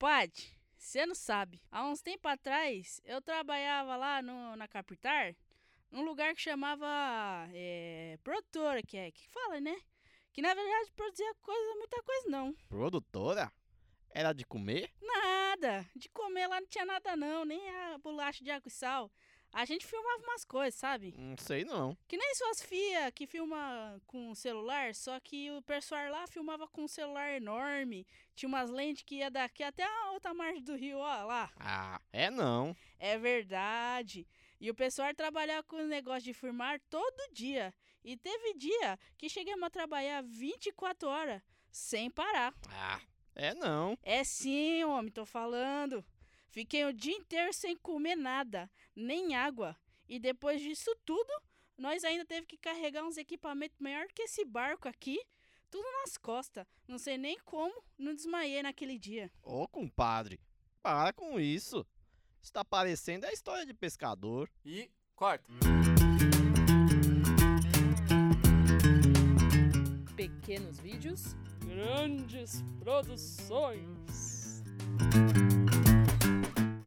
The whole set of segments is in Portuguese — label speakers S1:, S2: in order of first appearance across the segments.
S1: Compadre, você não sabe. Há uns tempos atrás, eu trabalhava lá no, na Capitar, num lugar que chamava é, produtora, que é que fala, né? Que na verdade produzia coisa, muita coisa não.
S2: Produtora? Era de comer?
S1: Nada. De comer lá não tinha nada não, nem a bolacha de água e sal. A gente filmava umas coisas, sabe?
S2: Não sei não.
S1: Que nem suas fia que filma com celular, só que o pessoal lá filmava com um celular enorme. Tinha umas lentes que ia daqui até a outra margem do rio, ó lá.
S2: Ah, é não.
S1: É verdade. E o pessoal trabalhava com o negócio de filmar todo dia. E teve dia que chegamos a trabalhar 24 horas sem parar.
S2: Ah, é não.
S1: É sim, homem, tô falando. Fiquei o dia inteiro sem comer nada, nem água. E depois disso tudo, nós ainda teve que carregar uns equipamentos maior que esse barco aqui, tudo nas costas. Não sei nem como, não desmaiei naquele dia.
S2: Ô, compadre, para com isso. Está parecendo a história de pescador.
S3: E corta.
S4: Pequenos vídeos.
S1: Grandes produções.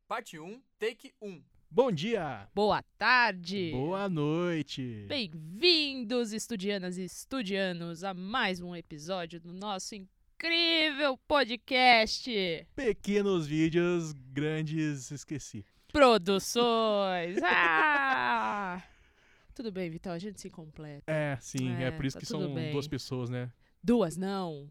S3: Parte 1, take 1.
S5: Bom dia,
S4: Boa tarde.
S5: boa noite.
S4: Bem-vindos, estudianas e estudianos, a mais um episódio do nosso incrível podcast
S5: Pequenos vídeos, grandes, esqueci.
S4: Produções. Ah! Tudo bem, Vital, a gente se completa.
S5: É, sim, é,
S4: É,
S5: por isso
S4: tá
S5: que
S4: tudo
S5: são
S4: bem.
S5: duas pessoas, né?
S4: Duas, não.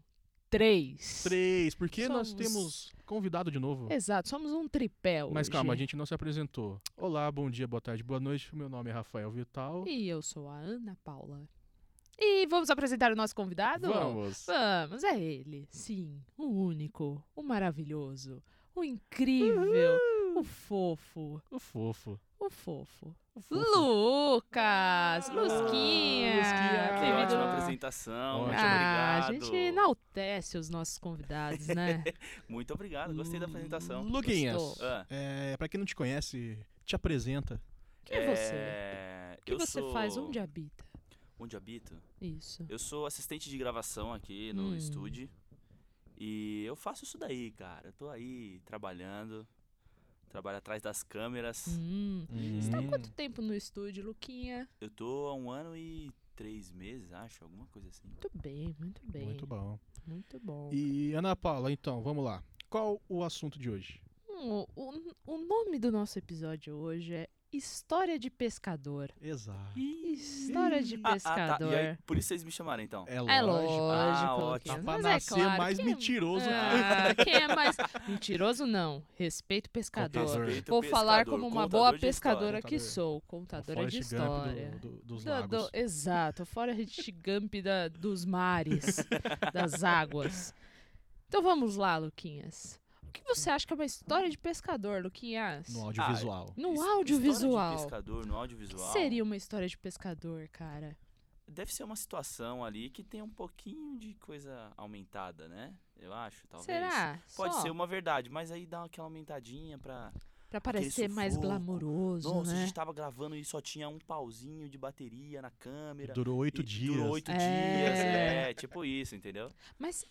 S4: Três.
S5: Três, porque nós
S4: Somos-
S5: temos convidado de novo.
S4: Exato, somos um tripé
S5: Mas
S4: hoje.
S5: calma, a gente não se apresentou. Olá, bom dia, boa tarde, boa noite. Meu nome é Rafael Vital.
S4: E eu sou a Ana Paula. E vamos apresentar o nosso convidado?
S5: Vamos.
S4: Vamos, é ele. Sim, o único, o maravilhoso, o incrível, o fofo,
S5: O fofo.
S4: o fofo.
S5: O fofo.
S4: Lucas! Lusquinha!
S5: Lusquinha.
S6: Que
S4: Querido-
S6: ótima apresentação, muito
S5: Ótimo,
S4: Ah,
S6: obrigado.
S4: a gente enaltece os nossos convidados, né?
S6: Muito obrigado, gostei da
S4: Hum,
S6: apresentação.
S5: Luquinhas,
S4: Gostou.
S6: Ah,
S5: é, pra quem não te conhece, te apresenta.
S4: Quem é você?
S6: é,
S4: O que
S6: eu
S4: você
S6: sou-
S4: faz? Um Onde habita?
S6: Onde habito?
S4: Isso.
S6: Eu sou assistente de gravação aqui no
S4: Hum.
S6: estúdio. E eu faço isso daí, cara. Eu tô aí trabalhando, trabalho atrás das câmeras.
S4: Hum. Está há
S5: Hum.
S4: quanto tempo no estúdio, Luquinha?
S6: Eu tô há um ano e três meses, acho, alguma coisa assim.
S4: Muito bem, muito bem.
S5: Muito bom.
S4: Muito bom.
S5: E Ana Paula, então, vamos lá. Qual o assunto de hoje?
S4: Hum, o, o nome do nosso episódio hoje é História de Pescador.
S5: Exato.
S4: História de
S6: Ah, ah, tá.
S4: pescador.
S6: E aí, por isso vocês me chamaram então.
S5: É
S4: É
S5: lógico.
S4: lógico.
S6: Ah,
S4: Luquinhas,
S6: ótimo.
S5: Pra
S4: mas
S5: nascer
S4: é claro,
S5: mais
S4: quem é-
S5: mentiroso
S4: Ah, quem é mais mentiroso não. Respeito o pescador.
S5: Contador.
S6: Respeito
S4: Vou
S6: o
S4: falar
S6: pescador,
S4: como uma
S6: contador
S4: boa
S6: de história.
S4: pescadora que
S5: Contador.
S4: sou,
S5: O
S4: contadora de
S5: Forrest Gump do-
S4: história.
S5: do- dos
S4: Do- do-
S5: lagos.
S4: exato, fora Forrest Gump da, dos mares, das águas. Então vamos lá, Luquinhas. O que você acha que é uma história de pescador, Luquinhas?
S5: No audiovisual.
S4: No
S6: His-
S4: audiovisual.
S6: História de pescador, no
S4: O que
S6: audiovisual.
S4: seria uma história de pescador, cara?
S6: Deve ser uma situação ali que tem um pouquinho de coisa aumentada, né? Eu acho, talvez.
S4: Será?
S6: Pode
S4: Só
S6: ser um uma verdade, mas aí dá aquela aumentadinha pra.
S4: pra parecer mais
S6: sufoco.
S4: glamouroso,
S6: Nossa, a
S4: né?
S6: gente tava gravando e só tinha um pauzinho de bateria na câmera.
S5: Durou oito
S6: E
S5: dias.
S6: Durou oito
S4: É.
S6: dias. É, tipo isso, entendeu?
S4: Mas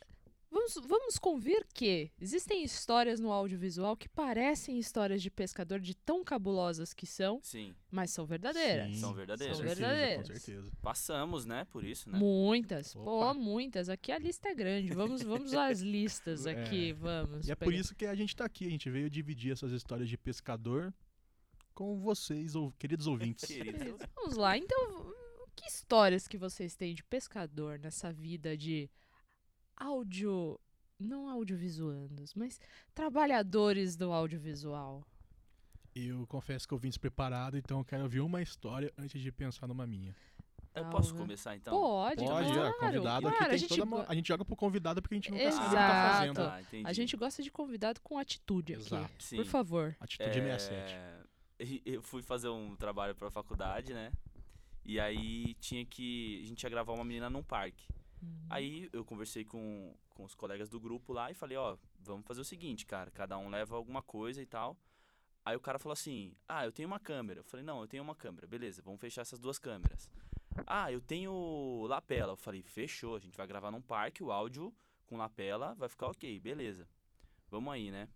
S4: vamos, vamos convir que existem histórias no audiovisual que parecem histórias de pescador de tão cabulosas que são,
S6: Sim.
S4: mas são verdadeiras.
S5: Sim,
S6: São verdadeiras.
S4: São
S5: Com certeza,
S4: verdadeiras.
S5: Com certeza.
S6: Passamos, né? Por isso, né?
S4: Muitas,
S5: Opa.
S4: pô, muitas. Aqui a lista é grande. Vamos, vamos às listas
S5: É.
S4: aqui, vamos.
S5: E é por
S4: pegar.
S5: isso que a gente tá aqui. A gente veio dividir essas histórias de pescador com vocês, ou- queridos ouvintes.
S6: Querido.
S4: Vamos lá. Então, que histórias que vocês têm de pescador nessa vida de áudio, não audiovisuandos, mas trabalhadores do audiovisual?
S5: Eu confesso que eu vim despreparado, então eu quero ouvir uma história antes de pensar numa minha.
S6: Eu
S4: Salva.
S6: posso começar então?
S4: Pode,
S5: Pode,
S4: claro,
S5: ó, convidado aqui
S4: claro,
S5: tem
S4: a gente
S5: toda
S4: go-
S5: uma- A gente joga pro convidado porque a gente nunca sabe o que tá
S4: Exato.
S5: fazendo.
S6: Ah, entendi.
S4: A gente gosta de convidado com atitude aqui.
S5: Exato.
S6: Sim.
S4: Por favor.
S5: Atitude
S6: É,
S5: 67.
S6: e- Eu fui fazer um trabalho pra faculdade, né? E aí tinha que. A gente ia gravar uma menina num parque. Aí eu conversei com, com os colegas do grupo lá e falei, ó, vamos fazer o seguinte, cara, cada um leva alguma coisa e tal. Aí o cara falou assim, ah, eu tenho uma câmera. Eu falei, não, eu tenho uma câmera, beleza, vamos fechar essas duas câmeras. Ah, eu tenho lapela. Eu falei, fechou, a gente vai gravar num parque, o áudio com lapela vai ficar ok, beleza. Vamos aí, né?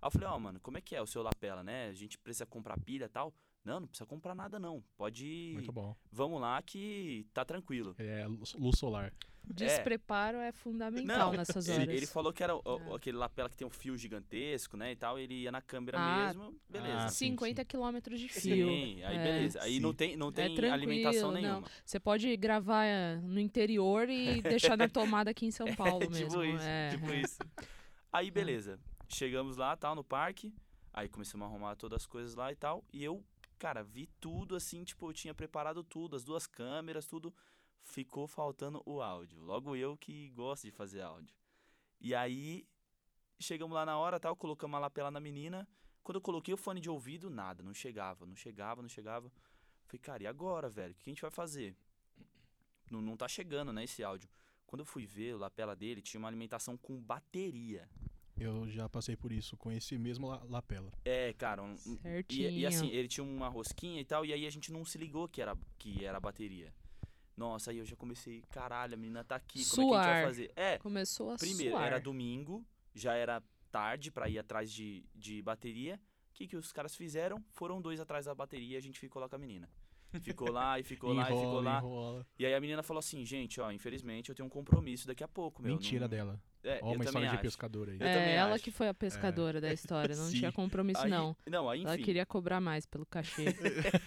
S6: Aí eu falei, ó, mano, como é que é o seu lapela, né? A gente precisa comprar pilha e tal? Não, não precisa comprar nada não. Pode.
S5: Muito bom.
S6: Vamos lá que tá tranquilo.
S5: Ele é luz luz solar.
S4: Despreparo é, fundamental
S6: Não,
S4: nessas horas.
S6: Ele, ele falou que era o- o-
S4: É.
S6: aquele lapela que tem um fio gigantesco, né? E tal, ele ia na câmera
S4: Ah,
S6: mesmo, beleza.
S5: Ah, sim,
S4: 50 quilômetros de fio.
S6: assim, Sim, aí
S4: É.
S6: beleza. Aí
S5: Sim.
S6: não tem, não tem
S4: tranquilo,
S6: alimentação
S4: não.
S6: nenhuma.
S4: Você pode gravar eh, no interior e deixar na tomada aqui em São Paulo mesmo.
S6: tipo isso,
S4: é.
S6: tipo isso. Aí beleza. Chegamos lá, tal, no parque. Aí começamos a arrumar todas as coisas lá e tal. E eu, cara, vi tudo assim, tipo, eu tinha preparado tudo, as duas câmeras, tudo. Ficou faltando o áudio. Logo eu que gosto de fazer áudio. E aí chegamos lá na hora, tal, colocamos a lapela na menina. Quando eu coloquei o fone de ouvido, nada, não chegava, não chegava, não chegava. Falei, cara, e agora, velho? O que a gente vai fazer? Não, não tá chegando, né, esse áudio. Quando eu fui ver o lapela dele, tinha uma alimentação com bateria.
S5: Eu já passei por isso com esse mesmo la- lapela.
S6: É, cara, um- um- e,
S4: Certinho.
S6: e assim, ele tinha uma rosquinha e tal, e aí a gente não se ligou que era, que era a bateria. Nossa, aí eu já comecei, caralho, a menina tá aqui, como é que a
S4: Suar.
S6: gente vai fazer? É,
S4: Começou a
S6: Primeiro,
S4: suar.
S6: era domingo, já era tarde pra ir atrás de, de bateria. O que, que os caras fizeram? Foram dois atrás da bateria e a gente ficou lá com a menina. Ficou lá e ficou lá e ficou
S5: Enrola,
S6: lá.
S5: enrola.
S6: E aí a menina falou assim, gente, ó, infelizmente eu tenho um compromisso daqui a pouco, meu.
S5: Mentira
S6: não-
S5: dela.
S6: É,
S5: Ó, uma
S6: eu também
S5: história de
S6: acho.
S5: pescador aí.
S6: Eu
S4: é,
S6: também
S4: ela
S6: acho. É.
S4: que foi a pescadora da história, não
S5: Sim.
S4: tinha compromisso,
S6: Aí-
S4: não.
S6: Não, aí, enfim.
S4: Ela queria cobrar mais pelo cachê.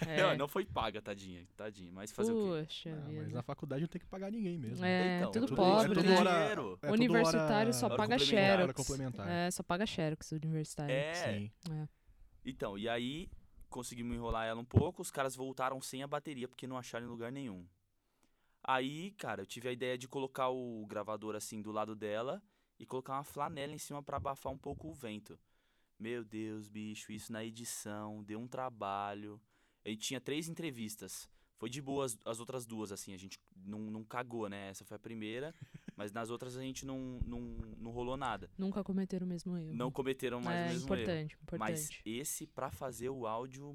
S4: é.
S6: Não, não foi paga, tadinha, tadinha. Mas fazer o quê?
S4: Puxa
S5: Ah, mas
S4: vida.
S5: na faculdade não tem que pagar ninguém mesmo.
S4: É,
S6: Então,
S4: tudo
S5: tudo-
S4: pobre,
S5: tudo
S4: né?
S5: hora-
S6: dinheiro.
S5: É, toda
S4: Universitário
S5: hora-
S4: só
S5: hora
S4: paga
S5: complementar, Hora
S4: xerox.
S5: complementar.
S4: É, só paga xerox universitário.
S6: É,
S5: Sim.
S6: Então, e aí conseguimos enrolar ela um pouco, os caras voltaram sem a bateria porque não acharam em lugar nenhum. Aí, cara, eu tive a ideia de colocar o gravador assim do lado dela e colocar uma flanela em cima pra abafar um pouco o vento. Meu Deus, bicho, isso na edição deu um trabalho. Aí tinha três entrevistas. Foi de boa as, as outras duas, assim, a gente não, não cagou, né? Essa foi a primeira, mas nas outras a gente não, não, não rolou nada.
S4: Nunca cometeram o mesmo erro.
S6: Não cometeram mais
S4: é,
S6: o mesmo erro.
S4: importante,
S6: Mas
S4: importante.
S6: esse pra fazer o áudio.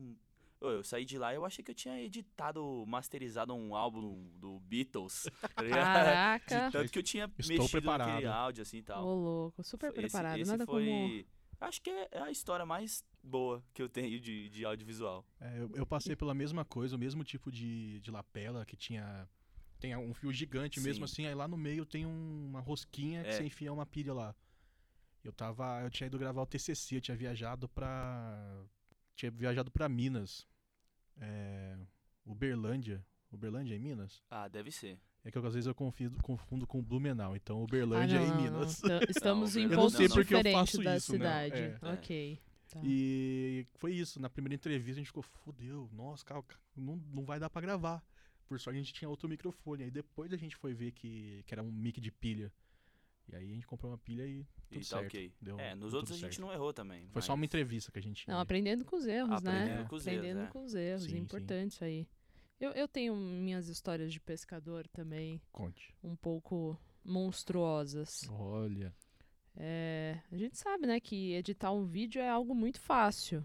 S6: Ô, Eu saí de lá eu achei que eu tinha editado, masterizado um álbum do Beatles. tá ligado?
S4: Caraca,
S6: de tanto que eu tinha
S5: Estou
S6: mexido
S5: preparado.
S6: naquele áudio assim e
S4: ô
S6: tal.
S4: louco, super
S6: Esse-
S4: preparado,
S6: esse
S4: nada como...
S6: foi- Acho que é é a história mais boa que eu tenho de, de audiovisual.
S5: É, eu, eu passei pela mesma coisa, o mesmo tipo de, de lapela que tinha. Tem um fio gigante mesmo
S6: Sim.
S5: assim, aí lá no meio tem um- uma rosquinha que
S6: É.
S5: você enfia uma pilha lá. Eu tava. Eu tinha ido gravar o TCC, eu tinha viajado pra. Tinha viajado pra Minas. É, Uberlândia. Uberlândia é em Minas?
S6: Ah, deve ser.
S5: É que eu, às vezes eu confundo, confundo com Blumenau, então Uberlândia
S4: ah, não,
S5: é em
S4: não, não.
S5: Minas.
S4: Então, Estamos em
S6: Uberlândia
S5: Eu não sei
S4: pontos
S5: porque eu
S4: diferentes
S5: faço
S4: da
S5: isso, né?
S4: cidade.
S5: É.
S6: É.
S4: Ok. Tá.
S5: E foi isso. Na primeira entrevista a gente ficou, fodeu, nossa, cara, ca- não, não vai dar pra gravar. Por sorte a gente tinha outro microfone. Aí depois a gente foi ver que, que era um mic de pilha. E aí a gente comprou uma pilha e
S6: E
S5: tudo
S6: tá
S5: certo.
S6: ok.
S5: Deu-
S6: é, nos
S5: deu
S6: outros a
S5: tudo
S6: gente
S5: certo.
S6: não errou também.
S5: Foi só uma
S6: mas-
S5: entrevistha que a gente.
S4: Não, aprendendo com os erros, né?
S6: Aprendendo com os erros,
S4: aprendendo
S6: é.
S4: com os erros,
S5: Sim,
S4: é
S5: sim.
S4: importante isso aí. Eu, eu tenho minhas histórias de pescador também,
S5: Conte.
S4: um pouco monstruosas.
S5: Olha.
S4: É, a gente sabe, né, que editar um vídeo é algo muito fácil.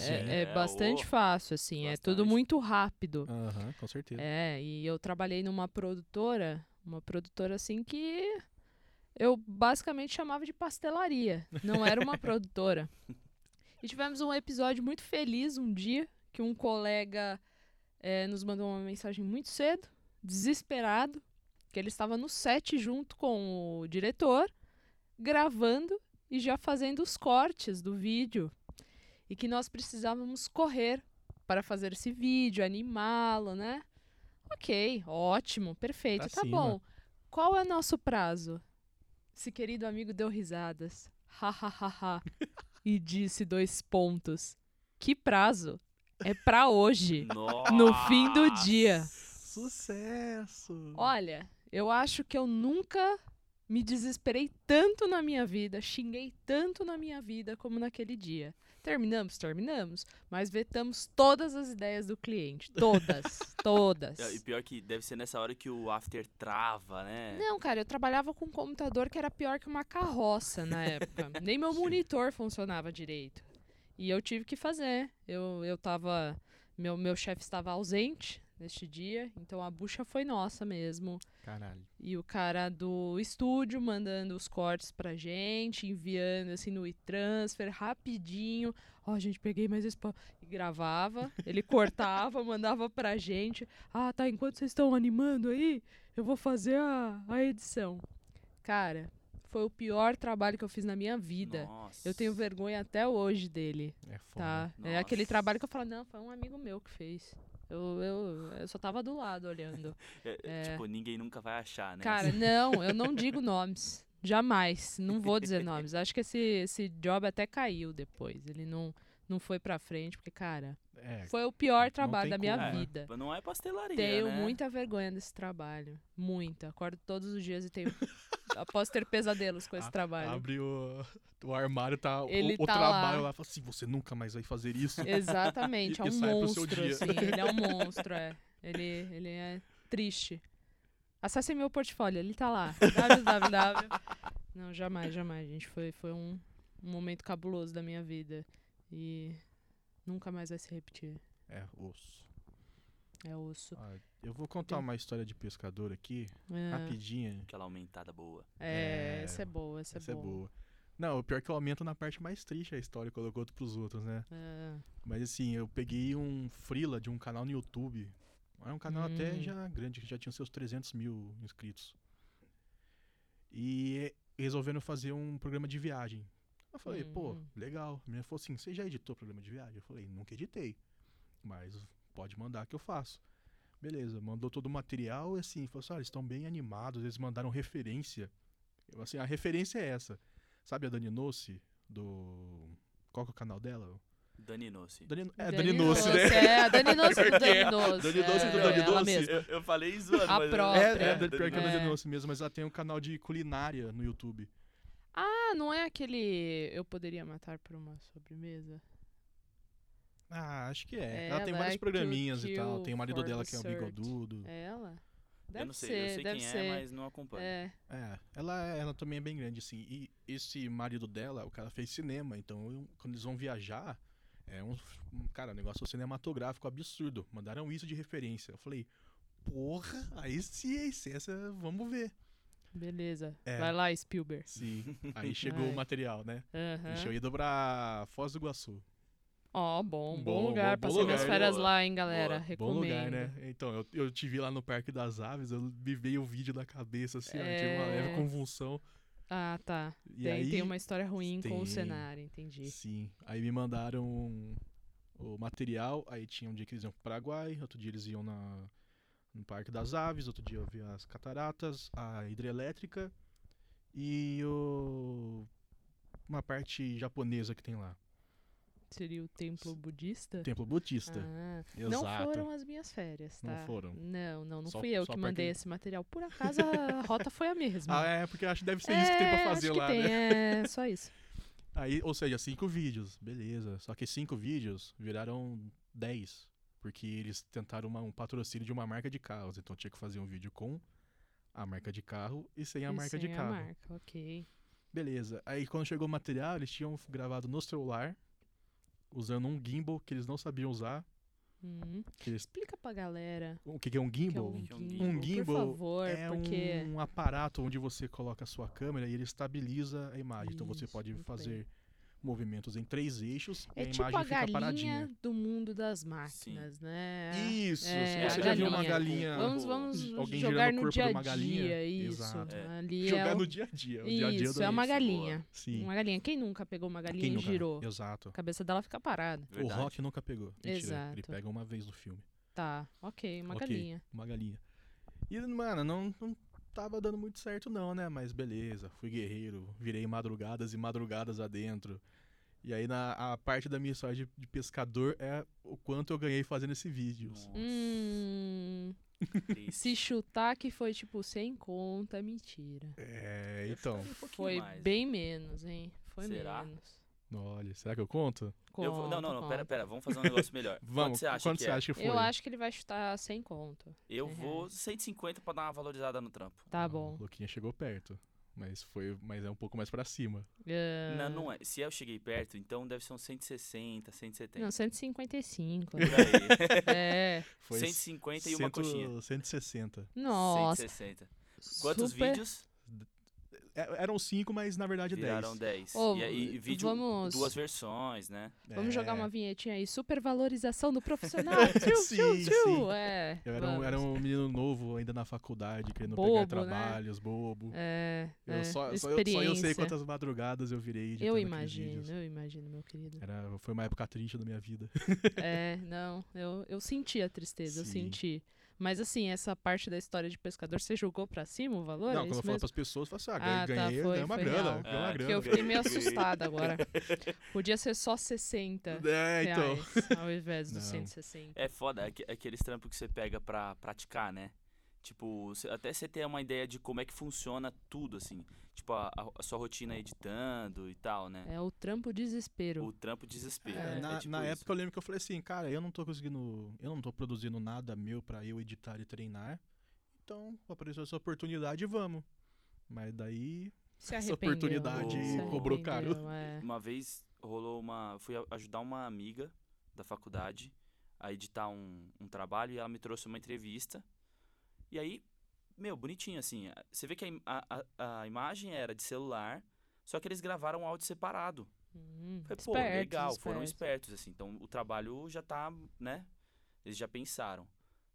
S4: É, é
S6: ô,
S4: bastante fácil, assim, é tudo
S6: bastante.
S4: muito rápido.
S5: Aham, com certeza.
S4: É, e eu trabalhei numa produtora, uma produtora assim que eu basicamente chamava de pastelaria, não era uma produtora. E tivemos um episódio muito feliz um dia que um colega eh, nos mandou uma mensagem muito cedo, desesperado, que ele estava no set junto com o diretor, gravando e já fazendo os cortes do vídeo. E que nós precisávamos correr para fazer esse vídeo, animá-lo, né? Ok, ótimo, perfeito,
S5: Pra
S4: tá
S5: cima.
S4: bom. Qual é nosso prazo? Esse querido amigo deu risadas. Ha ha ha ha. e disse dois pontos. Que prazo? É pra hoje. No fim do dia.
S5: Sucesso!
S4: Olha, eu acho que eu nunca me desesperei tanto na minha vida, xinguei tanto na minha vida como naquele dia. Terminamos, terminamos, mas vetamos todas as ideias do cliente. Todas, todas.
S6: É, E pior que deve ser nessa hora que o after trava, né?
S4: Não, cara, eu trabalhava com um computador que era pior que uma carroça na época. Nem meu monitor funcionava direito. E eu tive que fazer. Eu, eu tava. Meu, meu chefe estava ausente neste dia, então a bucha foi nossa mesmo.
S5: Caralho.
S4: E o cara do estúdio mandando os cortes pra gente, enviando assim no e-transfer, rapidinho. Ó, gente, peguei mais esse. pa- E gravava, ele cortava, mandava pra gente. Ah, tá, enquanto vocês estão animando aí, eu vou fazer a, a edição. Cara, foi o pior trabalho que eu fiz na minha vida.
S6: Nossa.
S4: Eu tenho vergonha até hoje dele,
S5: É foda.
S4: tá? É aquele
S6: Nossa.
S4: trabalho que eu falo, não, foi um amigo meu que fez. Eu, eu, eu só tava do lado olhando.
S6: É, é, Tipo, ninguém nunca vai achar, né?
S4: Cara, não, eu não digo nomes. Jamais. Não vou dizer nomes. Acho que esse, esse job até caiu depois. Ele não, não foi pra frente, porque, cara,
S5: É,
S4: foi o pior
S5: não
S4: trabalho da
S5: tem
S4: minha
S5: como, né?
S4: vida.
S6: Mas Não é pastelaria,
S4: Tenho
S6: né?
S4: muita vergonha desse trabalho. Muita. Acordo todos os dias e tenho. Após ter pesadelos com esse
S5: A-
S4: trabalho.
S5: abre o, o armário, tá o-
S4: Ele
S5: o,
S4: tá
S5: trabalho
S4: lá.
S5: lá. e fala assim, você nunca mais vai fazer isso.
S4: Exatamente.
S5: E-
S4: é
S5: e
S4: um
S5: sai pro seu
S4: monstro,
S5: dia.
S4: assim. Ele é um monstro, é. Ele, ele é triste. Acessem meu portfólio, ele tá lá. www. Não, jamais, jamais, gente. Foi, foi um, um momento cabuloso da minha vida. E nunca mais vai se repetir.
S5: É, osso.
S4: É osso.
S5: Ah, eu vou contar uma história de pescador aqui,
S4: É,
S5: rapidinha.
S6: Aquela aumentada boa.
S4: é,
S5: É,
S4: essa é boa, essa,
S5: Essa
S4: é
S5: é
S4: boa.
S5: boa. Não, o pior é que eu aumento na parte mais triste a história, colocou outro pros outros, né?
S4: É.
S5: Mas assim, eu peguei um frila de um canal no YouTube. Era um canal até
S4: Hum.
S5: já grande, que já tinha seus 300 mil inscritos. E resolvendo fazer um programa de viagem. Eu falei, pô,
S4: Hum.
S5: legal. A menina falou assim, você já editou programa de viagem? Eu falei, nunca editei. Mas pode mandar que eu faço. Beleza, mandou todo o material e assim, falou assim, olha, eles estão bem animados, eles mandaram referência. Eu, assim, a referência é essa. Sabe a Dani Noce, do... Qual que é o canal dela?
S6: Dani Nossi.
S5: Dani, é, Dani Noce, né?
S4: É, a Dani Noce do Dani Noce.
S5: Dani Noce do
S4: é,
S5: Dani
S4: ela
S5: Noce.
S4: mesma.
S6: Eu, eu falei zoando,
S4: A
S6: mas...
S4: própria.
S5: É, é,
S4: Dani-
S5: pior que é da
S4: É.
S5: Dani Noce mesmo, mas ela tem um canal de culinária no YouTube.
S4: Ah, não é aquele Eu Poderia Matar por uma Sobremesa?
S5: Ah, acho que é.
S4: É,
S5: ela tem
S4: ela
S5: vários
S4: é
S5: programinhas
S4: Kill
S5: e tal. Tem o marido
S4: for
S5: dela que é o
S4: Dessert.
S5: bigodudo.
S4: É ela? Deve
S6: Eu não sei,
S4: ser,
S6: eu sei
S4: deve
S6: quem
S4: ser.
S6: é, mas não acompanho.
S4: É.
S5: É, ela, é- ela também é bem grande, assim. E esse marido dela, o cara fez cinema, então eu- quando eles vão viajar, é um, um- cara, um negócio cinematográfico absurdo. Mandaram isso de referência. Eu falei, porra, aí ciência, essa, vamos ver.
S4: Beleza.
S5: É.
S4: Vai lá, Spielberg.
S5: Sim, aí chegou
S4: Ai.
S5: o material, né? A gente
S4: Aham.
S5: tinha ido pra Foz do Iguaçu.
S4: Ó, bom, bom,
S5: Um Bom,
S4: lugar.
S5: bom, bom
S4: Passei minhas
S5: lugar,
S4: férias
S6: boa,
S4: lá, hein, galera.
S6: boa.
S5: Bom
S4: Recomendo.
S5: lugar, né? Então, eu, eu te vi lá no Parque das Aves, eu me veio o vídeo da cabeça, assim, ó, tive uma
S4: É.
S5: leve convulsão.
S4: Ah, tá.
S5: E
S4: tem,
S5: aí,
S4: tem uma história ruim com o
S5: tem.
S4: cenário, entendi.
S5: Sim, aí me mandaram o material, aí tinha um dia que eles iam pro Paraguai, outro dia eles iam na, no Parque das Aves, outro dia eu vi as cataratas, a hidrelétrica e o... uma parte japonesa que tem lá,
S4: Seria o templo budista?
S5: Templo Budista.
S4: Ah, não
S5: Exato.
S4: foram as minhas férias, tá?
S5: Não foram.
S4: Não, não, não
S5: Só-
S4: fui eu
S5: só
S4: que
S5: pra
S4: mandei
S5: quem-
S4: esse material. Por acaso a rota foi a mesma.
S5: Ah, é, porque eu acho que deve ser isso que tem pra
S4: É,
S5: fazer
S4: acho que
S5: lá,
S4: tem,
S5: né?
S4: É, só isso.
S5: Aí, ou seja, cinco vídeos, beleza. Só que cinco vídeos viraram dez. Porque eles tentaram uma- um patrocínio de uma marca de carros. Então tinha que fazer um vídeo com a marca de carro e sem a
S4: E
S5: marca
S4: sem
S5: de
S4: é a
S5: carro.
S4: marca, ok.
S5: Beleza. Aí quando chegou o material, eles tinham gravado no celular, usando um gimbal que eles não sabiam usar.
S4: Hum.
S5: que eles-
S4: Explica pra galera
S5: O que, que é um
S4: que é
S5: gimbal?
S4: um
S6: Que é
S4: gimbal,
S6: um
S5: gimbal.
S4: por
S5: gimbal
S4: favor,
S5: é
S4: porque...
S5: um aparato onde você coloca a sua câmera e ele estabiliza a imagem. então você
S4: Isso,
S5: pode
S4: muito bem.
S5: fazer movimentos em três eixos e
S4: É
S5: a
S4: tipo
S5: imagem
S4: a
S5: fica paradinha.
S4: galinha do mundo das máquinas, né?
S5: Isso,
S4: É,
S5: se você
S4: a
S5: já viu uma
S6: galinha.
S5: galinha
S4: Vamos, vamos
S5: Alguém
S4: jogar
S5: girando o
S4: no
S5: corpo de
S4: dia a
S5: uma galinha.
S4: dia, isso.
S5: Exato.
S6: É.
S4: Ali
S5: jogar
S4: é o...
S5: no dia a dia, o dia a dia
S4: Isso,
S5: do-
S4: é uma
S6: isso, boa.
S4: galinha.
S5: Sim.
S4: Uma galinha. Quem nunca pegou uma galinha
S5: Quem
S4: e
S5: nunca-
S4: girou?
S5: Exato.
S4: A cabeça dela fica parada.
S6: Verdade.
S5: O Rock nunca pegou. Mentira, ele
S4: Exato.
S5: pega uma vez no filme,
S4: Tá, ok, uma
S5: Ok.
S4: galinha.
S5: uma galinha. E mano, não, não tava dando muito certo não, né? Mas beleza, fui guerreiro, virei madrugadas e madrugadas adentro. E aí na a parte da minha história de, de pescador é o quanto eu ganhei fazendo esse vídeo.
S6: Nossa,
S4: Hum,
S6: triste.
S4: se chutar que foi, tipo, sem conta, é mentira.
S5: É,
S6: Eu
S5: então.
S6: chutaria um pouquinho
S4: Foi
S6: mais.
S4: bem menos, hein? Foi
S6: Será?
S4: menos.
S5: Olha, será que eu conto?
S6: Eu vou-
S4: Conta,
S6: não, não, não, pera,
S4: conta.
S6: pera, vamos fazer um negócio melhor. Quanto
S5: Vamos,
S6: você acha
S5: quanto
S6: que
S5: você
S6: é?
S5: acha que foi?
S4: Eu acho que ele vai chutar sem conto.
S6: Eu
S4: Reais.
S6: vou 150 pra dar uma valorizada no trampo.
S4: Tá
S5: Ah,
S4: bom.
S5: O Luquinha chegou perto. Mas foi, mas é um pouco mais pra cima.
S4: Ah,
S6: Não, não é. Se eu cheguei perto, então deve ser uns 160, 170.
S4: não, 155.
S6: Por aí.
S4: né? é.
S5: Foi
S6: 150 e uma
S5: cento-
S6: coxinha.
S5: 160.
S4: Nossa.
S6: 160. Quantos
S4: super-
S6: vídeos?
S5: É, eram cinco, mas na verdade é
S6: Viraram
S5: 10.
S6: 10.
S4: Ô,
S6: e aí, vídeo,
S4: vamos-
S6: duas versões, né?
S4: Vamos jogar
S5: É.
S4: uma vinhetinha aí. Supervalorização do profissional. Tchiu, tchiu,
S5: Sim,
S4: tchiu.
S5: sim.
S4: É.
S5: Eu era um,
S4: vamos.
S5: era um menino novo ainda na faculdade, querendo
S4: Bobo, né?
S5: pegar trabalhos, bobo.
S4: É,
S5: Eu
S4: é,
S5: só, só, eu,
S4: experiência.
S5: só eu sei quantas madrugadas eu virei editando
S4: Eu
S5: aqueles
S4: imagino,
S5: vídeos.
S4: eu imagino, meu querido.
S5: Era, foi uma época triste da minha vida.
S4: É, não, eu, eu senti a tristeza,
S5: Sim.
S4: eu senti. Mas assim, essa parte da história de pescador, você jogou pra cima o valor?
S5: não,
S4: é
S5: quando eu
S4: isso
S5: falo
S4: mesmo?
S5: pras pessoas, eu falo
S4: Ah,
S5: assim, ah,
S4: tá,
S5: ganhei, ganhei,
S4: foi-
S5: uma
S4: foi
S5: grana,
S4: real.
S5: ganhei uma
S6: Ah,
S5: grana.
S4: Porque eu fiquei meio assustada agora. Podia ser só 60
S5: É, então.
S4: tá. reais ao invés dos
S5: Não.
S4: 160.
S6: É foda, é aque- aqueles trampos que você pega pra praticar, né? Tipo, cê- até você ter uma ideia de como é que funciona tudo, assim. Tipo, a, a- a sua rotina editando e tal, né?
S4: É o trampo desespero.
S6: O trampo desespero.
S4: É,
S6: né? É,
S5: na
S6: tipo
S5: na
S6: isso.
S5: época eu lembro que eu falei assim, cara, eu não tô conseguindo. Eu não tô produzindo nada meu pra eu editar e treinar. Então, apareceu essa oportunidade e vamos. Mas daí.
S4: Se
S5: essa
S4: arrependeu,
S5: oportunidade
S4: se
S5: cobrou
S4: arrependeu,
S5: caro.
S4: é.
S6: Uma vez rolou uma. Fui a- ajudar uma amiga da faculdade a editar um, um trabalho e ela me trouxe uma entrevista. E aí, meu, bonitinho assim. a- Você vê que a im- a, a, a imagem era de celular, só que eles gravaram um áudio separado.
S4: Hum,
S6: Falei, pô,
S4: espertos,
S6: legal, foram
S4: espertos.
S6: espertos, assim. Então o trabalho já tá, né? Eles já pensaram.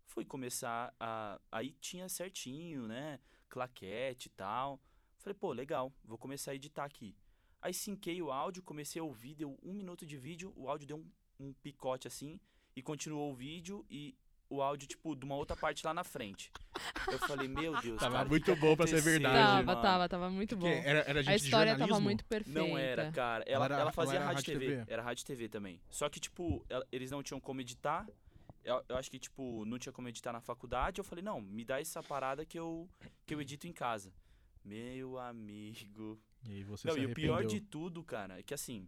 S6: Fui começar a. Aí tinha certinho, né? Claquete e tal. Falei, pô, legal, vou começar a editar aqui. Aí sinquei o áudio, comecei a ouvir, deu um minuto de vídeo, o áudio deu um, um picote assim, e continuou o vídeo e o áudio, tipo, de uma outra parte lá na frente. Eu falei, meu Deus,
S5: Tava
S6: cara, o que
S5: muito
S6: que
S5: bom pra ser
S6: aconteceu,
S5: verdade.
S4: Tava,
S6: mano?
S4: tava, tava muito
S5: Que
S4: bom.
S5: era, era gente
S4: A história
S5: de
S4: tava
S5: jornalismo?
S4: muito perfeita.
S6: Não era, cara. Ela,
S5: era-
S6: ela
S5: ela
S6: fazia
S5: era
S6: rádio
S5: rádio
S6: TV.
S5: TV?
S6: Era rádio TV também. Só que, tipo, ela- eles não tinham como editar. Eu, eu acho que, tipo, não tinha como editar na faculdade. Eu falei, não, me dá essa parada que eu, que eu edito em casa. Meu amigo.
S5: E aí você
S6: Não,
S5: se
S6: e o pior de
S5: arrependeu.
S6: tudo, cara, é que assim.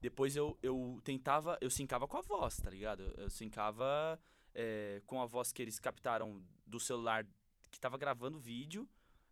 S6: Depois eu, eu tentava. Eu sincava com a voz, tá ligado? Eu, eu sincava é, com a voz que eles captaram do celular que tava gravando o vídeo,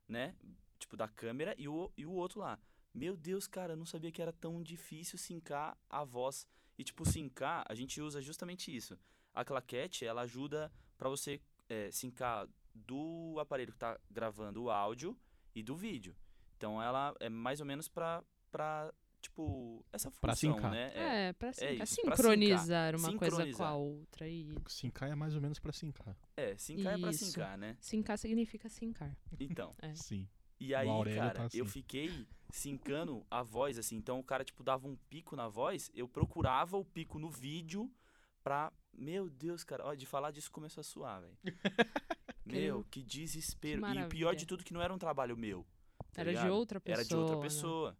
S6: né? Tipo, da câmera e o, e o outro lá. Meu Deus, cara, eu não sabia que era tão difícil sincar a voz. E, tipo, sincar, a gente usa justamente isso. A claquete, ela ajuda pra você é, sincar do aparelho que tá gravando o áudio e do vídeo. Então, ela é mais ou menos pra, pra tipo, essa função,
S5: Pra sincar.
S6: né?
S4: É, pra sin-
S6: isso, pra
S4: sincronizar uma coisa com a
S6: Sincronizar.
S4: outra. E
S5: Sincar é mais ou menos pra sincar.
S6: É, é, sincar é pra
S4: Isso.
S6: sincar, né?
S4: sincar significa sincar.
S6: Então,
S4: É.
S5: Sim.
S6: E aí,
S5: Aurélio
S6: cara,
S5: tá assim.
S6: eu fiquei sincando a voz, assim. Então o cara, tipo, dava um pico na voz, eu procurava o pico no vídeo pra. Meu Deus, cara, ó, de falar disso começou a suar, velho. meu, que desespero.
S4: Que
S6: e o pior de
S4: maravilha.
S6: tudo, que não era um trabalho meu. tá
S4: Era de
S6: ligado?
S4: outra pessoa.
S6: Era de outra
S4: né?
S6: pessoa.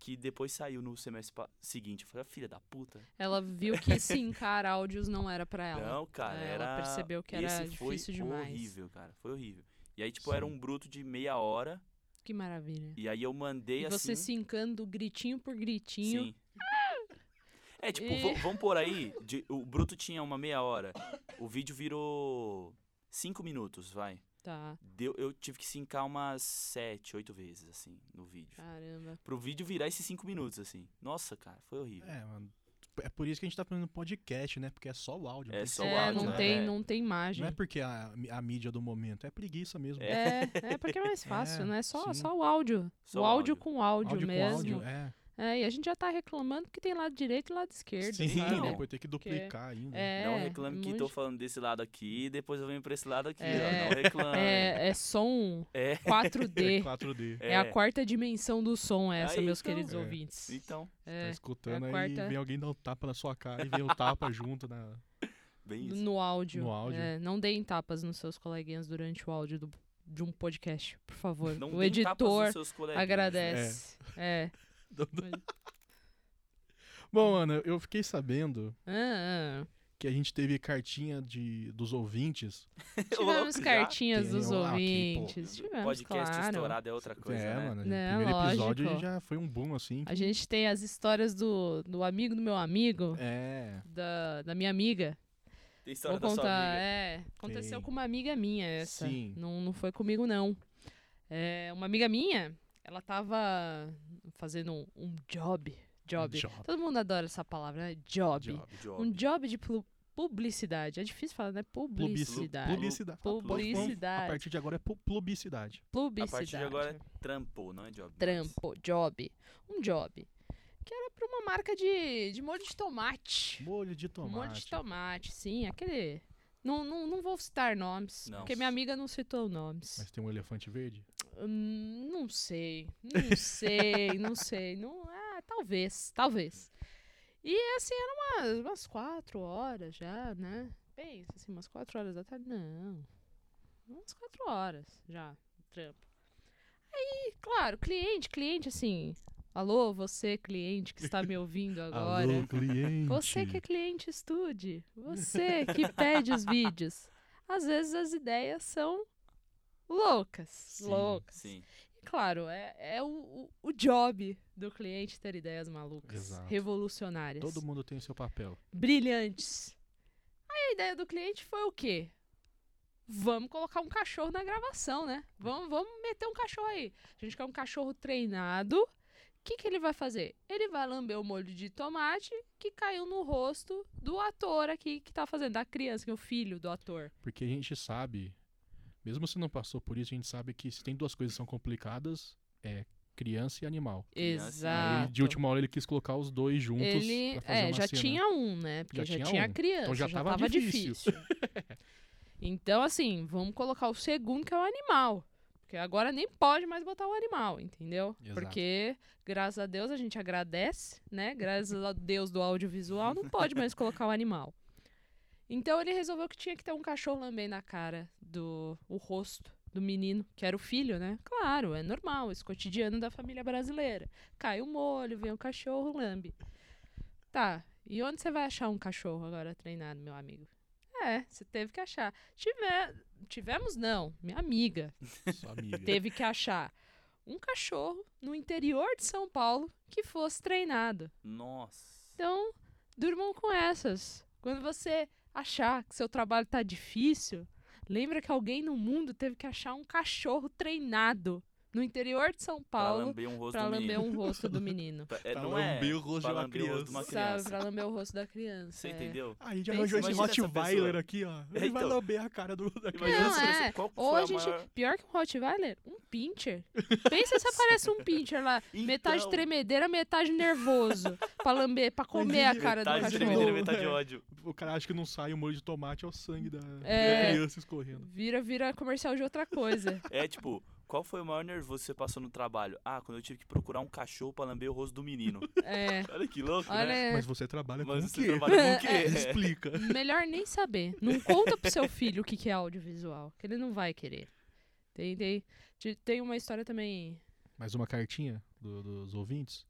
S6: Que depois saiu no semestre pa- seguinte. Eu falei, "Ah, filha da puta.
S4: Ela viu que sincar áudios não era pra ela.
S6: Não, cara,
S4: É,
S6: era.
S4: ela percebeu que era
S6: Esse foi
S4: difícil demais.
S6: horrível, cara. Foi horrível. E aí, tipo, era
S5: Sim.
S6: um bruto de meia hora.
S4: Que maravilha.
S6: E aí eu mandei
S4: E você
S6: assim.
S4: sincando gritinho por gritinho.
S6: Sim. É, tipo,
S4: E-
S6: va- vamos por aí. de- o Bruto tinha uma meia hora. O vídeo virou cinco minutos, vai.
S4: Tá,
S6: Deu, eu tive que sincar umas sete, oito vezes, assim, no vídeo.
S4: Ah. caramba.
S6: Pro vídeo virar esses cinco minutos, assim. Nossa, cara, foi horrível.
S5: É, mano. É por isso que a gente tá fazendo podcast, né? Porque é só o áudio.
S6: É
S5: tem
S6: só o
S5: foto,
S4: é,
S6: áudio,
S4: não,
S5: né?
S4: tem,
S6: É.
S4: não tem imagem.
S5: Não é porque a, a mídia do momento, é preguiça mesmo.
S6: É.
S4: É, é porque é mais fácil,
S5: É,
S4: né? Só,
S5: sim.
S4: só o áudio.
S6: Só
S4: o
S6: o
S4: áudio,
S6: áudio.
S4: com áudio,
S5: áudio
S4: mesmo.
S5: com áudio, é.
S4: É, e a gente já tá reclamando que tem lado direito e lado esquerdo.
S5: Sim,
S4: sabe?
S6: Não.
S5: depois tem que duplicar ainda.
S4: É,
S6: não né? um reclame que
S4: muito-
S6: tô falando desse lado aqui, depois eu venho pra esse lado aqui,
S4: É.
S6: ó. Não reclame.
S4: É, é som
S6: né? É.
S4: 4D.
S5: 4D.
S4: É a quarta dimensão do som essa,
S6: Aí,
S4: meus
S6: então.
S4: queridos
S5: É.
S4: ouvintes.
S6: Então,
S5: Tá
S4: É,
S5: escutando
S4: é a
S5: aí,
S4: quarta-
S5: vem alguém dar um tapa na sua cara e vem o tapa junto né? na.
S6: bem isso.
S4: no áudio.
S5: No áudio.
S4: É, não deem tapas nos seus coleguinhas durante o áudio do- de um podcast, por favor.
S6: Não
S4: o
S6: deem tapas
S4: editor
S6: nos seus coleguinhas, né?
S4: agradece. É.
S5: Bom, Ana, eu fiquei sabendo
S4: Ah, ah.
S5: que a gente teve cartinha de, dos ouvintes.
S6: Ô, louco,
S4: Tivemos
S6: já?
S4: cartinhas
S5: Tem
S4: dos
S5: um aqui, pô.
S4: ouvintes. Tivemos,
S6: Podcast
S4: claro.
S6: estourado é outra coisa,
S5: é,
S6: né?
S5: mano. O
S4: Não,
S5: primeiro episódio
S4: lógico.
S5: já foi um boom, assim.
S4: A gente tem as histórias do, do amigo do meu amigo,
S5: É.
S4: da, da minha amiga.
S6: Tem história
S4: Vou
S6: da sua
S4: contar,
S6: amiga.
S4: é. Aconteceu
S5: Tem.
S4: com uma amiga minha essa.
S5: Sim.
S4: Não, não foi comigo, não. É, uma amiga minha, ela tava fazendo um, um job. Job.
S5: Job.
S4: Todo mundo adora essa palavra, né? Job.
S5: Job.
S6: Job.
S4: Um job de plu- publicidade. É difícil falar, né? Publicidade.
S5: Publicidade. um
S4: Publicidade.
S5: A partir de agora é pu- publicidade.
S6: A
S4: Publicidade.
S6: partir de agora é trampo, não é job. mais.
S4: Trampo, job. Um job. Que era pra uma marca de, de molho de tomate.
S5: Molho de tomate.
S4: Um monte de tomate, sim, aquele. Não, não, não vou citar nomes,
S6: Não.
S4: porque minha amiga não citou nomes.
S5: Mas tem um elefante verde?
S4: Hum, não sei, não sei, não sei. Não, ah, talvez, talvez. E assim, eram umas, umas quatro horas já, né? Pensa assim, umas quatro horas da tarde. Não. Umas quatro horas já, no trampo. Aí, claro, cliente, cliente, assim. Alô, você, cliente, que está me ouvindo agora.
S5: Alô, cliente.
S4: Você que é cliente, estude. Você que pede os vídeos. Às vezes as ideias são loucas. loucas.
S6: Sim.
S4: E claro, é, é o, o- o job do cliente ter ideias malucas,
S5: Exato.
S4: revolucionárias,
S5: Todo mundo tem o seu papel.
S4: brilhantes. Aí a ideia do cliente foi o quê? Vamos colocar um cachorro na gravação, né? Vamos, vamos meter um cachorro aí. A gente quer um cachorro treinado. O que, que ele vai fazer? Ele vai lamber o molho de tomate que caiu no rosto do ator aqui que tá fazendo, da criança, que é o filho do ator.
S5: Porque a gente sabe, mesmo se não passou por isso, a gente sabe que se tem duas coisas que são complicadas, é criança e animal.
S6: Criança.
S4: Exato.
S5: Ele, de última hora ele quis colocar os dois juntos
S4: Ele
S5: pra fazer
S4: é,
S5: uma
S4: já
S5: cena.
S4: tinha um, né? Porque já,
S5: Já
S4: tinha,
S5: tinha
S4: a
S5: um.
S4: criança,
S5: Então
S4: já,
S5: já
S4: tava,
S5: tava
S4: difícil. então, assim, vamos colocar o segundo, que é o animal. Porque agora nem pode mais botar o animal, entendeu?
S5: Exato.
S4: Porque, graças a Deus, a gente agradece, né? Graças a Deus do audiovisual, não pode mais colocar o animal. Então ele resolveu que tinha que ter um cachorro lambendo a cara do o rosto do menino, que era o filho, né? Claro, é normal, esse cotidiano da família brasileira. Cai o molho, vem o cachorro, lambe. Tá, e onde você vai achar um cachorro agora treinado, meu amigo? É, você teve que achar. Tive- Tivemos, não, minha amiga
S5: Sua amiga.
S4: teve que achar um cachorro no interior de São Paulo que fosse treinado.
S6: Nossa.
S4: Então, durmam com essas. Quando você achar que seu trabalho tá difícil, lembra que alguém no mundo teve que achar um cachorro treinado no interior de São
S6: Pra
S4: Paulo
S6: lamber um rosto
S4: para
S6: do
S4: lamber
S6: menino.
S4: um rosto do menino.
S6: Pra- é,
S2: Pra
S6: não é.
S2: lamber o rosto
S6: pra
S2: de uma
S6: lamber o rosto de uma
S4: Sabe,
S6: criança.
S4: pra lamber o rosto da criança.
S6: Você
S4: é.
S6: entendeu?
S5: Ah, a gente
S4: Pensa,
S5: arranjou esse
S6: imagina essa
S5: Rottweiler
S6: pessoa.
S5: aqui, ó.
S6: É,
S5: Ele vai
S6: então.
S5: lamber a cara do, da
S6: Imagina
S4: Não,
S6: essa
S4: é.
S6: criança, Qual que
S4: Ou
S6: foi
S4: a
S6: a
S4: gente,
S6: maior...
S4: pior que um Rottweiler, um pincher. Pensa se aparece um pincher lá, metade
S6: Então,
S4: tremedeira, metade nervoso, pra lamber, pra comer a cara do
S6: Metade de
S5: tremedeira,
S4: cachorro.
S6: tremedeira, metade de
S5: É.
S6: ódio.
S5: O cara acha que não sai o molho de tomate, é o sangue da, da
S4: É.
S5: criança escorrendo.
S4: Vira, vira comercial de outra coisa.
S6: É tipo, qual foi o maior nervoso que você passou no trabalho? Ah, quando eu tive que procurar um cachorro pra lamber o rosto do menino.
S4: É.
S6: Olha que louco, né?
S4: Olha,
S5: Mas você trabalha
S6: Mas
S5: com o
S6: você
S5: quê?
S6: trabalha com o quê?
S5: Me
S6: É.
S5: Explica.
S4: melhor nem saber. Não conta pro seu filho o que, que é audiovisual, que ele não vai querer. Tem, tem, te- tem uma história também,
S5: Mais uma cartinha do- dos ouvintes?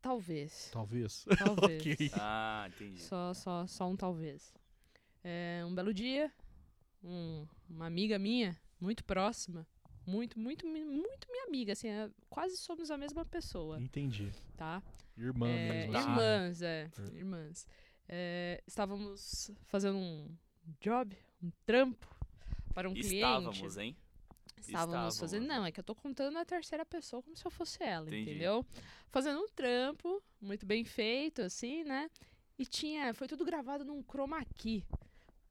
S4: talvez,
S5: Talvez.
S4: talvez.
S5: ok.
S6: Ah, entendi.
S4: Só, só, só um talvez. É, um belo dia, um- uma amiga minha, muito próxima, muito, muito, mi- muito minha amiga, assim, é- quase somos a mesma pessoa,
S5: Entendi.
S4: tá?
S5: Irmã
S4: É,
S5: mesmo. assim, né?
S4: irmãs, é,
S5: É.
S4: irmãs. É, estávamos fazendo um job, um trampo para um cliente.
S6: Estávamos, hein?
S4: Estávamos
S6: Estávamos,
S4: fazendo.
S6: né?
S4: Não, é que eu tô contando na terceira pessoa como se eu fosse ela,
S6: Entendi.
S4: entendeu? Fazendo um trampo, muito bem feito, assim, né? E tinha. Foi tudo gravado num chroma key.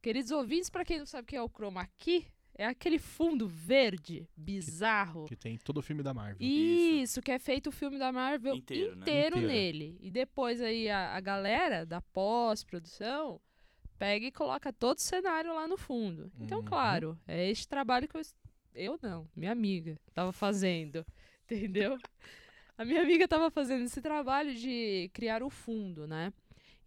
S4: Queridos ouvintes, pra quem não sabe o que é o chroma key, é aquele fundo verde, bizarro.
S5: assim, Que tem todo o filme da Marvel.
S4: Isso. que é feito o filme da Marvel inteiro,
S6: Inteiro,
S5: Inteiro.
S6: né?
S4: nele. E depois aí a, a galera da pós-produção pega e coloca todo o cenário lá no fundo. Então,
S5: Uhum.
S4: claro, é este trabalho que eu. es- Eu não, minha amiga tava fazendo. Entendeu? A minha amiga tava fazendo esse trabalho de criar o fundo, né?